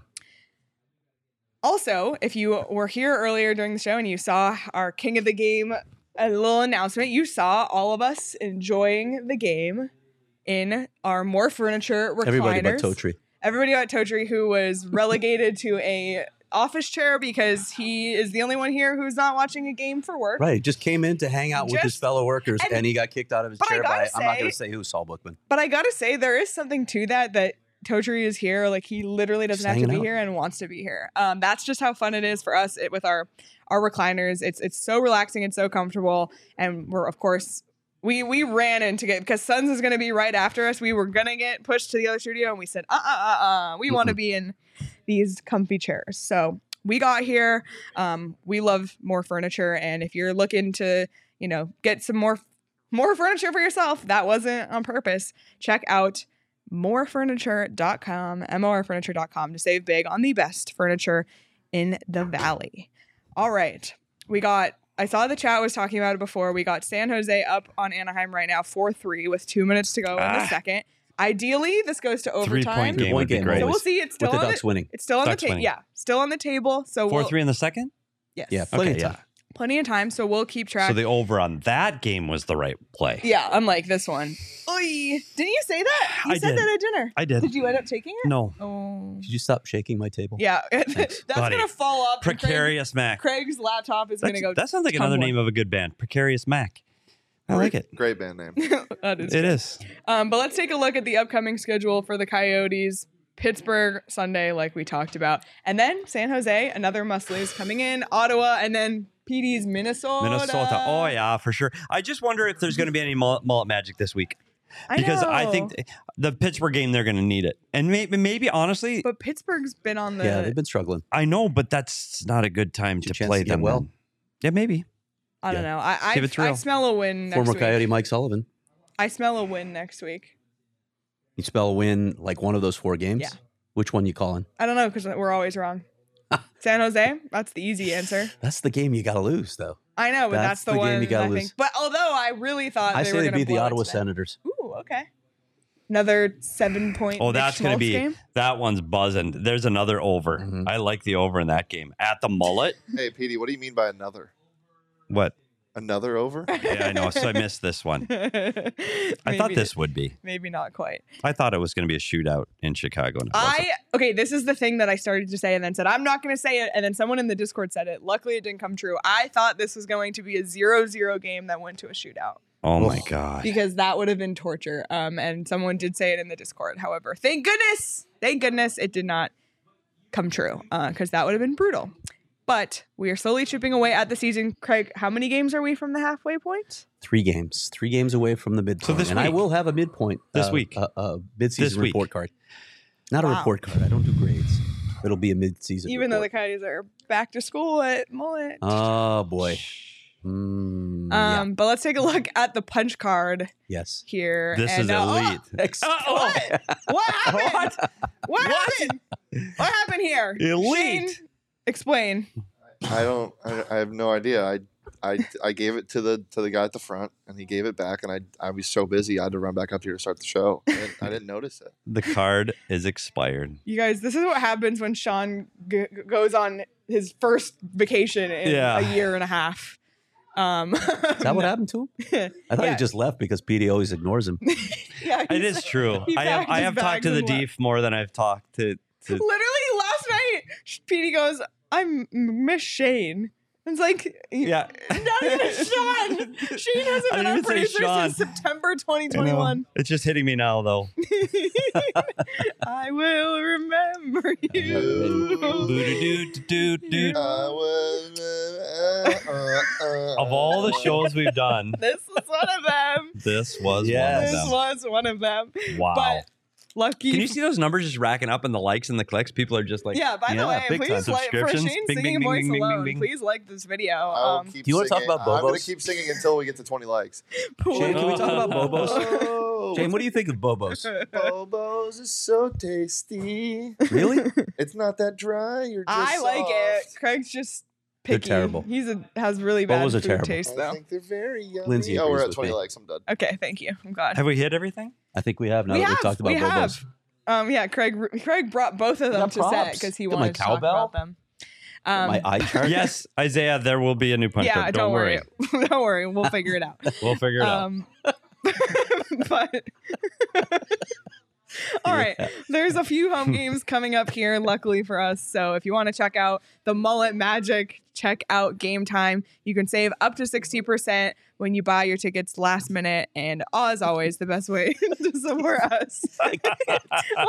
Speaker 1: Also, if you were here earlier during the show and you saw our King of the Game, a little announcement, you saw all of us enjoying the game in our more furniture recliners.
Speaker 2: Everybody but Totri.
Speaker 1: Everybody got Totri, who was relegated to a office chair because he is the only one here who's not watching a game for work.
Speaker 2: Right. Just came in to hang out with his
Speaker 1: Just-
Speaker 2: fellow workers
Speaker 1: and-
Speaker 2: and, he got kicked out of his
Speaker 1: but I
Speaker 2: chair by,
Speaker 1: gotta
Speaker 2: I'm not
Speaker 1: say-
Speaker 2: going to say who, Saul Bookman.
Speaker 1: But I gotta say, there is something to that that Totri is here. Like he literally doesn't
Speaker 2: Just
Speaker 1: have to be
Speaker 2: hanging out.
Speaker 1: here and wants to be here. Um, that's just how fun it is for us it, with our our recliners. It's it's so relaxing and so comfortable. And we're of course we we ran into it because Suns is gonna be right after us. We were gonna get pushed to the other studio, and we said, uh uh uh uh, we want to be in these comfy chairs. So we got here. Um, we love more furniture, and if you're looking to you know get some more more furniture for yourself. That wasn't on purpose. Check out morefurniture.com, morfurniture.com to save big on the best furniture in the valley. All right. We got I saw the chat was talking about it before. We got San Jose up on Anaheim right now 4-3 with 2 minutes to go in the
Speaker 3: Ah.
Speaker 1: second. Ideally, this goes to overtime.
Speaker 3: Three point game would
Speaker 2: Three-point
Speaker 3: be
Speaker 2: game,
Speaker 3: great.
Speaker 1: So
Speaker 2: always.
Speaker 1: we'll see it's
Speaker 2: With
Speaker 1: still
Speaker 2: the
Speaker 1: on
Speaker 2: Ducks
Speaker 1: the,
Speaker 2: winning.
Speaker 1: it's still on the
Speaker 3: Ducks
Speaker 1: table.
Speaker 3: winning.
Speaker 1: Yeah, still on the table. So
Speaker 3: Four
Speaker 1: we'll,
Speaker 3: three in the second.
Speaker 1: Yes.
Speaker 2: Yeah. Plenty
Speaker 3: Okay,
Speaker 2: of
Speaker 3: yeah.
Speaker 2: time.
Speaker 1: Plenty of time, so we'll keep track.
Speaker 3: So the over on that game was the right play.
Speaker 1: yeah, unlike this one. Oy. Didn't you say that? You
Speaker 3: I
Speaker 1: said
Speaker 3: did.
Speaker 1: that at dinner.
Speaker 3: I did.
Speaker 1: Did you end up taking it?
Speaker 3: No,
Speaker 1: Oh.
Speaker 2: Could you stop shaking my table?
Speaker 1: Yeah, that's
Speaker 3: buddy.
Speaker 1: gonna fall off. and
Speaker 3: precarious Mac.
Speaker 1: Craig, Craig's laptop is
Speaker 3: That's-
Speaker 1: gonna go.
Speaker 3: that sounds like another
Speaker 1: tumbling.
Speaker 3: name of a good band, Precarious Mac. I like it.
Speaker 4: Great band name.
Speaker 1: That is
Speaker 3: It is.
Speaker 1: Um, but let's take a look at the upcoming schedule for the Coyotes. Pittsburgh Sunday, like we talked about, and then San Jose, another must lose coming in. Ottawa, and then PD's Minnesota.
Speaker 3: Minnesota. Oh yeah, for sure. I just wonder if there's going to be any mullet, mullet magic this week
Speaker 1: I
Speaker 3: because I,
Speaker 1: know.
Speaker 3: think th- the Pittsburgh game they're going to need it. And maybe, maybe honestly,
Speaker 1: But Pittsburgh's been on the.
Speaker 2: Yeah, they've been struggling.
Speaker 3: I know, but that's not a good time
Speaker 2: Your
Speaker 3: to
Speaker 2: chance
Speaker 3: play
Speaker 2: to get
Speaker 3: them.
Speaker 2: well.
Speaker 3: then. yeah, maybe.
Speaker 1: I don't
Speaker 2: yeah.
Speaker 1: know. I I,
Speaker 3: Give it to
Speaker 1: I
Speaker 3: real.
Speaker 1: smell a win next
Speaker 2: Former
Speaker 1: week.
Speaker 2: Coyote Mike Sullivan.
Speaker 1: I smell a win next week.
Speaker 2: You spell win like one of those four games.
Speaker 1: Yeah.
Speaker 2: Which one you calling?
Speaker 1: I don't know because we're always wrong. San Jose, that's the easy answer.
Speaker 2: That's the game you got to lose, though.
Speaker 1: I know, but that's,
Speaker 2: That's
Speaker 1: the,
Speaker 2: the game
Speaker 1: one
Speaker 2: you gotta
Speaker 1: I
Speaker 2: lose.
Speaker 1: think. But although I really thought
Speaker 2: I
Speaker 1: Uh, they
Speaker 2: say
Speaker 1: were
Speaker 2: they
Speaker 1: gonna
Speaker 2: beat the
Speaker 1: blow it
Speaker 2: Ottawa
Speaker 1: to them.
Speaker 2: Senators.
Speaker 1: Ooh, okay. Another seven point.
Speaker 3: Oh, that's
Speaker 1: going
Speaker 3: going
Speaker 1: to
Speaker 3: to be
Speaker 1: Game.
Speaker 3: that one's buzzing. There's another over.
Speaker 2: Mhm.
Speaker 3: I like the over in that game at the mullet.
Speaker 4: Hey, Petey, what do you mean by another?
Speaker 3: What?
Speaker 4: Another over?
Speaker 3: Yeah, I know. So I missed this one. I thought
Speaker 1: Maybe-
Speaker 3: this would be.
Speaker 1: Maybe not quite.
Speaker 3: I thought it was going to be a shootout in Chicago. and it wasn't.
Speaker 1: I okay. This is the thing that I started to say and then said I'm not going to say it, and then someone in the Discord said it. Luckily, it didn't come true. I thought this was going to be a zero-zero game that went to a shootout.
Speaker 3: oh my god!
Speaker 1: because that would have been torture. Um, and someone did say it in the Discord. However, thank goodness, thank goodness it did not come true because that would have been brutal. But we are slowly chipping away at the season. Craig, how many games are we from the halfway point?
Speaker 2: Three games. Three games away from the midpoint.
Speaker 3: this
Speaker 2: and I
Speaker 3: week.
Speaker 2: will have a midpoint
Speaker 3: This
Speaker 2: uh,
Speaker 3: week.
Speaker 2: A, a
Speaker 3: This
Speaker 2: midseason
Speaker 3: week.
Speaker 2: report card. Not a
Speaker 1: Wow.
Speaker 2: report card. I don't do grades. It'll be a midseason.
Speaker 1: Even though the Coyotes are back to school at Mullet.
Speaker 2: the
Speaker 3: Uh,
Speaker 2: oh boy. Mm, yeah.
Speaker 1: um, but let's take a look at the punch card
Speaker 2: Yes.
Speaker 1: here.
Speaker 3: This
Speaker 1: and,
Speaker 3: is
Speaker 1: uh, oh,
Speaker 3: elite.
Speaker 1: What? What happened? What, happened? What happened here?
Speaker 3: Elite.
Speaker 1: Shane, explain.
Speaker 4: I don't. I, I have no idea. I, I, I gave it to the to the guy at the front, and he gave it back, and I I was so busy I had to run back up here to start the show. I didn't, I didn't notice it.
Speaker 3: The card is expired.
Speaker 1: You guys, this is what happens when Sean g- g- goes on his first vacation in
Speaker 3: Yeah.
Speaker 1: a year and a half. Um,
Speaker 2: Is that what happened to him? I thought
Speaker 1: Yeah.
Speaker 2: he just left because Petey always ignores him.
Speaker 1: yeah,
Speaker 3: It
Speaker 1: he's-
Speaker 3: is true.
Speaker 1: He
Speaker 3: I have,
Speaker 1: packed
Speaker 3: I
Speaker 1: his
Speaker 3: have talked
Speaker 1: bags
Speaker 3: to the
Speaker 1: and left.
Speaker 3: deef more than I've talked to. to
Speaker 1: Literally last night, Petey goes, "I'm M- Miss Shane." It's like,
Speaker 3: yeah.
Speaker 1: not even Sean. Shane hasn't
Speaker 3: I
Speaker 1: been
Speaker 3: didn't
Speaker 1: our
Speaker 3: even say
Speaker 1: producer
Speaker 3: Sean.
Speaker 1: since September
Speaker 3: I know.
Speaker 1: 2021.
Speaker 3: It's just hitting me now, though.
Speaker 1: I will remember you.
Speaker 3: Boo-doo-doo-doo-doo.
Speaker 4: I was, uh, uh, uh,
Speaker 3: of all the
Speaker 4: uh,
Speaker 3: shows we've done,
Speaker 1: this was one of them.
Speaker 3: this was
Speaker 2: Yes.
Speaker 1: This
Speaker 3: one of
Speaker 1: was one of them.
Speaker 3: them. Wow.
Speaker 1: But lucky
Speaker 3: Can you see those numbers just racking up and the likes and the clicks? People are just like,
Speaker 1: yeah, by the way,
Speaker 3: big time.
Speaker 1: please like for
Speaker 3: Subscriptions.
Speaker 1: Shane's
Speaker 3: Bing,
Speaker 1: singing
Speaker 3: bing, bing,
Speaker 1: voice
Speaker 3: bing, bing,
Speaker 1: alone.
Speaker 3: bing.
Speaker 1: Please like this video.
Speaker 4: I
Speaker 2: Oh.
Speaker 4: will
Speaker 1: Um,
Speaker 4: keep
Speaker 2: Do you wanna talk
Speaker 4: singing.
Speaker 2: about
Speaker 4: I'm gonna
Speaker 2: Bobos?
Speaker 4: keep singing until we get to 20 likes.
Speaker 2: Shane, can we talk about Bobos?
Speaker 4: Oh,
Speaker 2: Shane, what do you think of Bobos?
Speaker 4: Bobos is so tasty.
Speaker 2: Really?
Speaker 4: It's not that dry. You're just
Speaker 1: I like it.
Speaker 4: soft.
Speaker 1: Craig's just
Speaker 2: They're
Speaker 1: picky.
Speaker 2: terrible.
Speaker 1: He's a has really bad
Speaker 2: Bobos are
Speaker 1: food
Speaker 2: terrible.
Speaker 1: taste
Speaker 4: I
Speaker 1: though.
Speaker 4: think they're very yummy.
Speaker 2: Lindsay
Speaker 4: oh,
Speaker 2: agrees
Speaker 4: we're at
Speaker 2: with
Speaker 4: 20
Speaker 2: me.
Speaker 4: likes. I'm done.
Speaker 1: Okay, thank you. I'm glad.
Speaker 3: Have we hit everything?
Speaker 2: I think we have now
Speaker 1: We
Speaker 2: that
Speaker 1: have,
Speaker 2: we've talked about
Speaker 1: we have.
Speaker 2: Bobos.
Speaker 1: Um, yeah, Craig. Craig brought both of them
Speaker 2: got
Speaker 1: to set
Speaker 2: props.
Speaker 1: because he
Speaker 2: Look at my
Speaker 1: wanted to talk
Speaker 2: cowbell.
Speaker 1: about them. Um,
Speaker 2: My eye chart.
Speaker 3: yes, Isaiah, there will be a new punch
Speaker 1: yeah,
Speaker 3: card.
Speaker 1: don't, worry. don't worry. We'll figure it out.
Speaker 3: We'll figure it out.
Speaker 1: um, but all right, there's a few home games coming up here, luckily for us. So if you want to check out the Mullet Magic, check out Game Time. You can save up to 60% when you buy your tickets last minute. And as always, the best way to support us. Let me get
Speaker 2: can't-
Speaker 1: through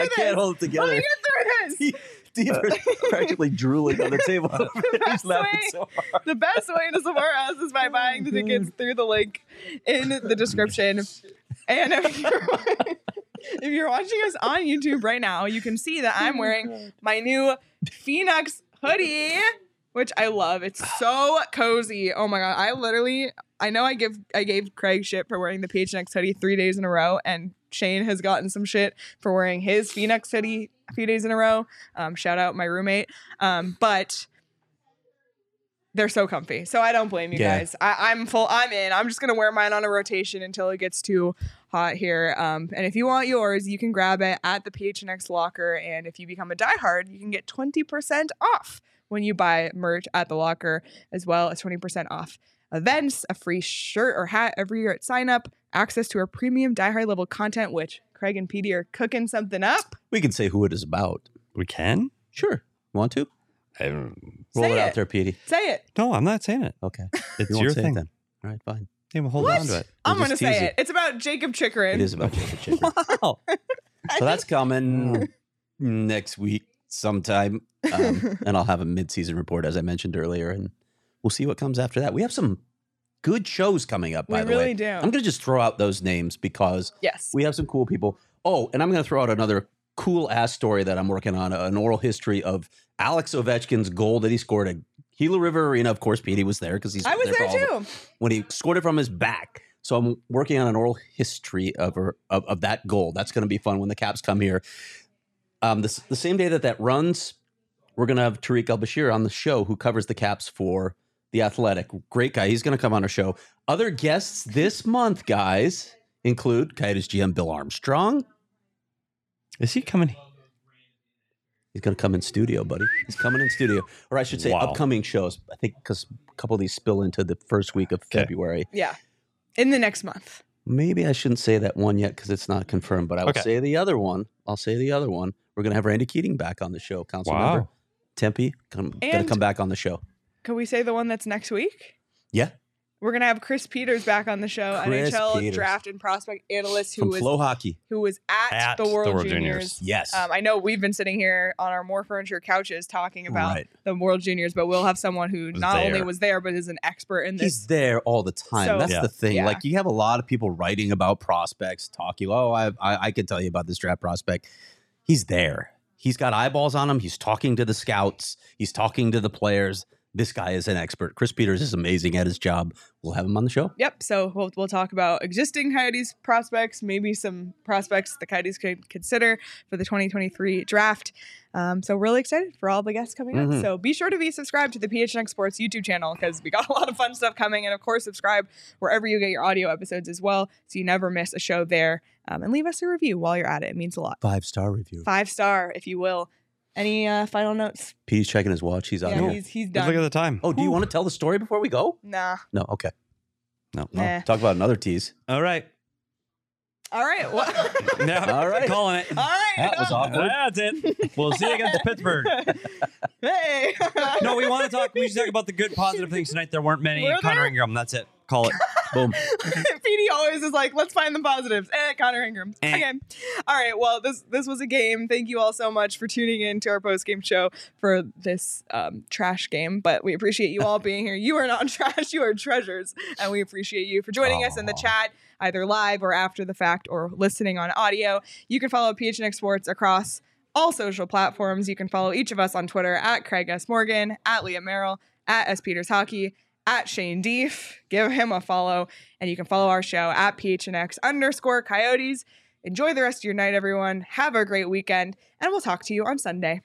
Speaker 2: I
Speaker 1: this.
Speaker 2: can't hold it
Speaker 1: Let me
Speaker 2: together.
Speaker 1: get through this.
Speaker 2: Steve's practically drooling on the table. over there. He's laughing so hard. Oh,
Speaker 1: the best way to support us is by buying the tickets through the link in the description. And if you're, if you're watching us on YouTube right now, you can see that
Speaker 2: Oh
Speaker 1: I'm wearing my new Phoenix hoodie, which I love. It's so cozy. Oh my god! I literally, I know I give I gave Craig shit for wearing the PHNX hoodie three days in a row, and Shane has gotten some shit for wearing his Phoenix hoodie a few days in a row. Um, shout out my roommate. Um, but they're so comfy. So I don't blame you
Speaker 2: Yeah.
Speaker 1: guys. I, I'm full. I'm in. I'm just gonna wear mine on a rotation until it gets too hot here. Um, and if you want yours, you can grab it at the PHNX locker. And if you become a diehard, you can get 20% off when you buy merch at the locker, as well as 20% off events, a free shirt or hat every year at sign up, access to our premium diehard level content, which Craig and Petey are cooking something up.
Speaker 2: We can say who it is about.
Speaker 3: We can?
Speaker 2: Sure. You want to?
Speaker 3: I don't-
Speaker 2: Roll
Speaker 1: Say
Speaker 2: it,
Speaker 1: it.
Speaker 2: out there, Petey.
Speaker 1: Say it.
Speaker 3: no, I'm not saying it.
Speaker 2: Okay.
Speaker 3: It's
Speaker 2: You won't
Speaker 3: your
Speaker 2: say it
Speaker 3: thing.
Speaker 2: then. All right, fine.
Speaker 3: Yeah, well, hold
Speaker 1: What?
Speaker 3: on to it.
Speaker 1: I'm
Speaker 2: We'll
Speaker 1: gonna
Speaker 2: just
Speaker 1: say
Speaker 2: tease
Speaker 1: it. It's about Jacob Chikrin.
Speaker 2: It is about Jacob Chipper.
Speaker 3: Wow.
Speaker 2: So that's coming next week sometime. Um, and I'll have a mid-season report, as I mentioned earlier, and we'll see what comes after that. We have some good shows coming up, by
Speaker 1: We
Speaker 2: the
Speaker 1: really
Speaker 2: way.
Speaker 1: do.
Speaker 2: I'm going to just throw out those names because
Speaker 1: Yes.
Speaker 2: we have some cool people. Oh, and I'm going to throw out another cool ass story that I'm working on an oral history of Alex Ovechkin's goal that he scored at Gila River Arena. Of course, Petey was there because he's
Speaker 1: I was
Speaker 2: for all of it.
Speaker 1: there too.
Speaker 2: when he scored it from his back. So I'm working on an oral history of her, of, of that goal. That's going to be fun when the Caps come here. Um, this, the same day that that runs, we're going to have Tariq Al Bashir on the show, who covers the Caps for the Athletic. Great guy. He's going to come on our show. Other guests this month, guys, include Coyotes GM Bill Armstrong.
Speaker 3: Is he coming?
Speaker 2: He's going to come in studio, buddy. He's coming in studio, or I should say,
Speaker 3: Wow.
Speaker 2: upcoming shows. I think because a couple of these spill into the first week of February.
Speaker 1: Yeah. In the next month.
Speaker 2: Maybe I shouldn't say that one yet because it's not confirmed, but I will
Speaker 3: Okay.
Speaker 2: say the other one. I'll say the other one. We're going to have Randy Keating back on the show, council
Speaker 3: Wow.
Speaker 2: member. Tempe, going to
Speaker 1: And-
Speaker 2: come back on the show.
Speaker 1: Can we say the one that's next week?
Speaker 2: Yeah.
Speaker 1: We're gonna have Chris Peters back on the show,
Speaker 2: Chris
Speaker 1: NHL
Speaker 2: Peters.
Speaker 1: draft and prospect analyst who
Speaker 2: From
Speaker 1: was
Speaker 2: Flow Hockey.
Speaker 1: who was at,
Speaker 3: At
Speaker 1: the World, Juniors.
Speaker 2: Yes.
Speaker 1: Um, I know we've been sitting here on our more furniture couches talking about
Speaker 2: Right.
Speaker 1: the World Juniors, but we'll have someone who
Speaker 3: Was
Speaker 1: not only
Speaker 3: there.
Speaker 1: was there but is an expert in this.
Speaker 2: He's there all the time.
Speaker 1: So-
Speaker 2: That's
Speaker 3: Yeah.
Speaker 2: the thing.
Speaker 1: Yeah.
Speaker 2: Like you have a lot of people writing about prospects, talking. Oh, I, I I could tell you about this draft prospect. He's there. He's got eyeballs on him. He's talking to the scouts. He's talking to the players. This guy is an expert. Chris Peters is amazing at his job. We'll have him on the show.
Speaker 1: Yep. So we'll, we'll talk about existing Coyotes prospects, maybe some prospects the Coyotes could consider for the 2023 draft. Um, so really excited for all the guests coming
Speaker 2: Mhm.
Speaker 3: Mm-hmm.
Speaker 1: up. So be sure to be subscribed to the PHNX Sports YouTube channel because we got a lot of fun stuff coming. And of course, subscribe wherever you get your audio episodes as well, so you never miss a show there. Um, and leave us a review while you're at it. It means a lot.
Speaker 2: Five star review.
Speaker 1: Five star, if you will. Any uh, final notes?
Speaker 2: Pete's checking his watch. He's out
Speaker 1: Yeah,
Speaker 2: here.
Speaker 1: he's he's
Speaker 3: Let's look at
Speaker 1: done.
Speaker 3: the time.
Speaker 2: Oh, do you want to tell the story before we go?
Speaker 1: Nah.
Speaker 2: No. Okay.
Speaker 3: No.
Speaker 1: No. Nah.
Speaker 2: Talk about another tease.
Speaker 3: All right.
Speaker 1: All right. Well, all
Speaker 3: No,
Speaker 2: All right.
Speaker 3: Calling it.
Speaker 1: right. Ah.
Speaker 2: That was awkward.
Speaker 3: That's it. We'll see you against Pittsburgh.
Speaker 1: Hey.
Speaker 3: No, we want to talk. We should talk about the good, positive things tonight. There weren't many.
Speaker 1: Were there?
Speaker 3: Connor Ingram. That's it. Call it.
Speaker 2: Boom.
Speaker 1: PD always is like, let's find the positives. Eh, Connor Ingram.
Speaker 3: Eh.
Speaker 1: Okay. All right. Well, this this was a game. Thank you all so much for tuning in to our post game show for this um, trash game. But we appreciate you all being here. You are not trash. You are treasures, and we appreciate you for joining us in the
Speaker 2: Aw.
Speaker 1: chat, either live or after the fact, or listening on audio. You can follow PHNX Sports across all social platforms. You can follow each of us on Twitter at Craig S. Morgan, at Leah Merrill, at S. Peters Hockey, at Shane Deef. Give him a follow. And you can follow our show at PHNX underscore coyotes. Enjoy the rest of your night, everyone. Have a great weekend, and we'll talk to you on Sunday.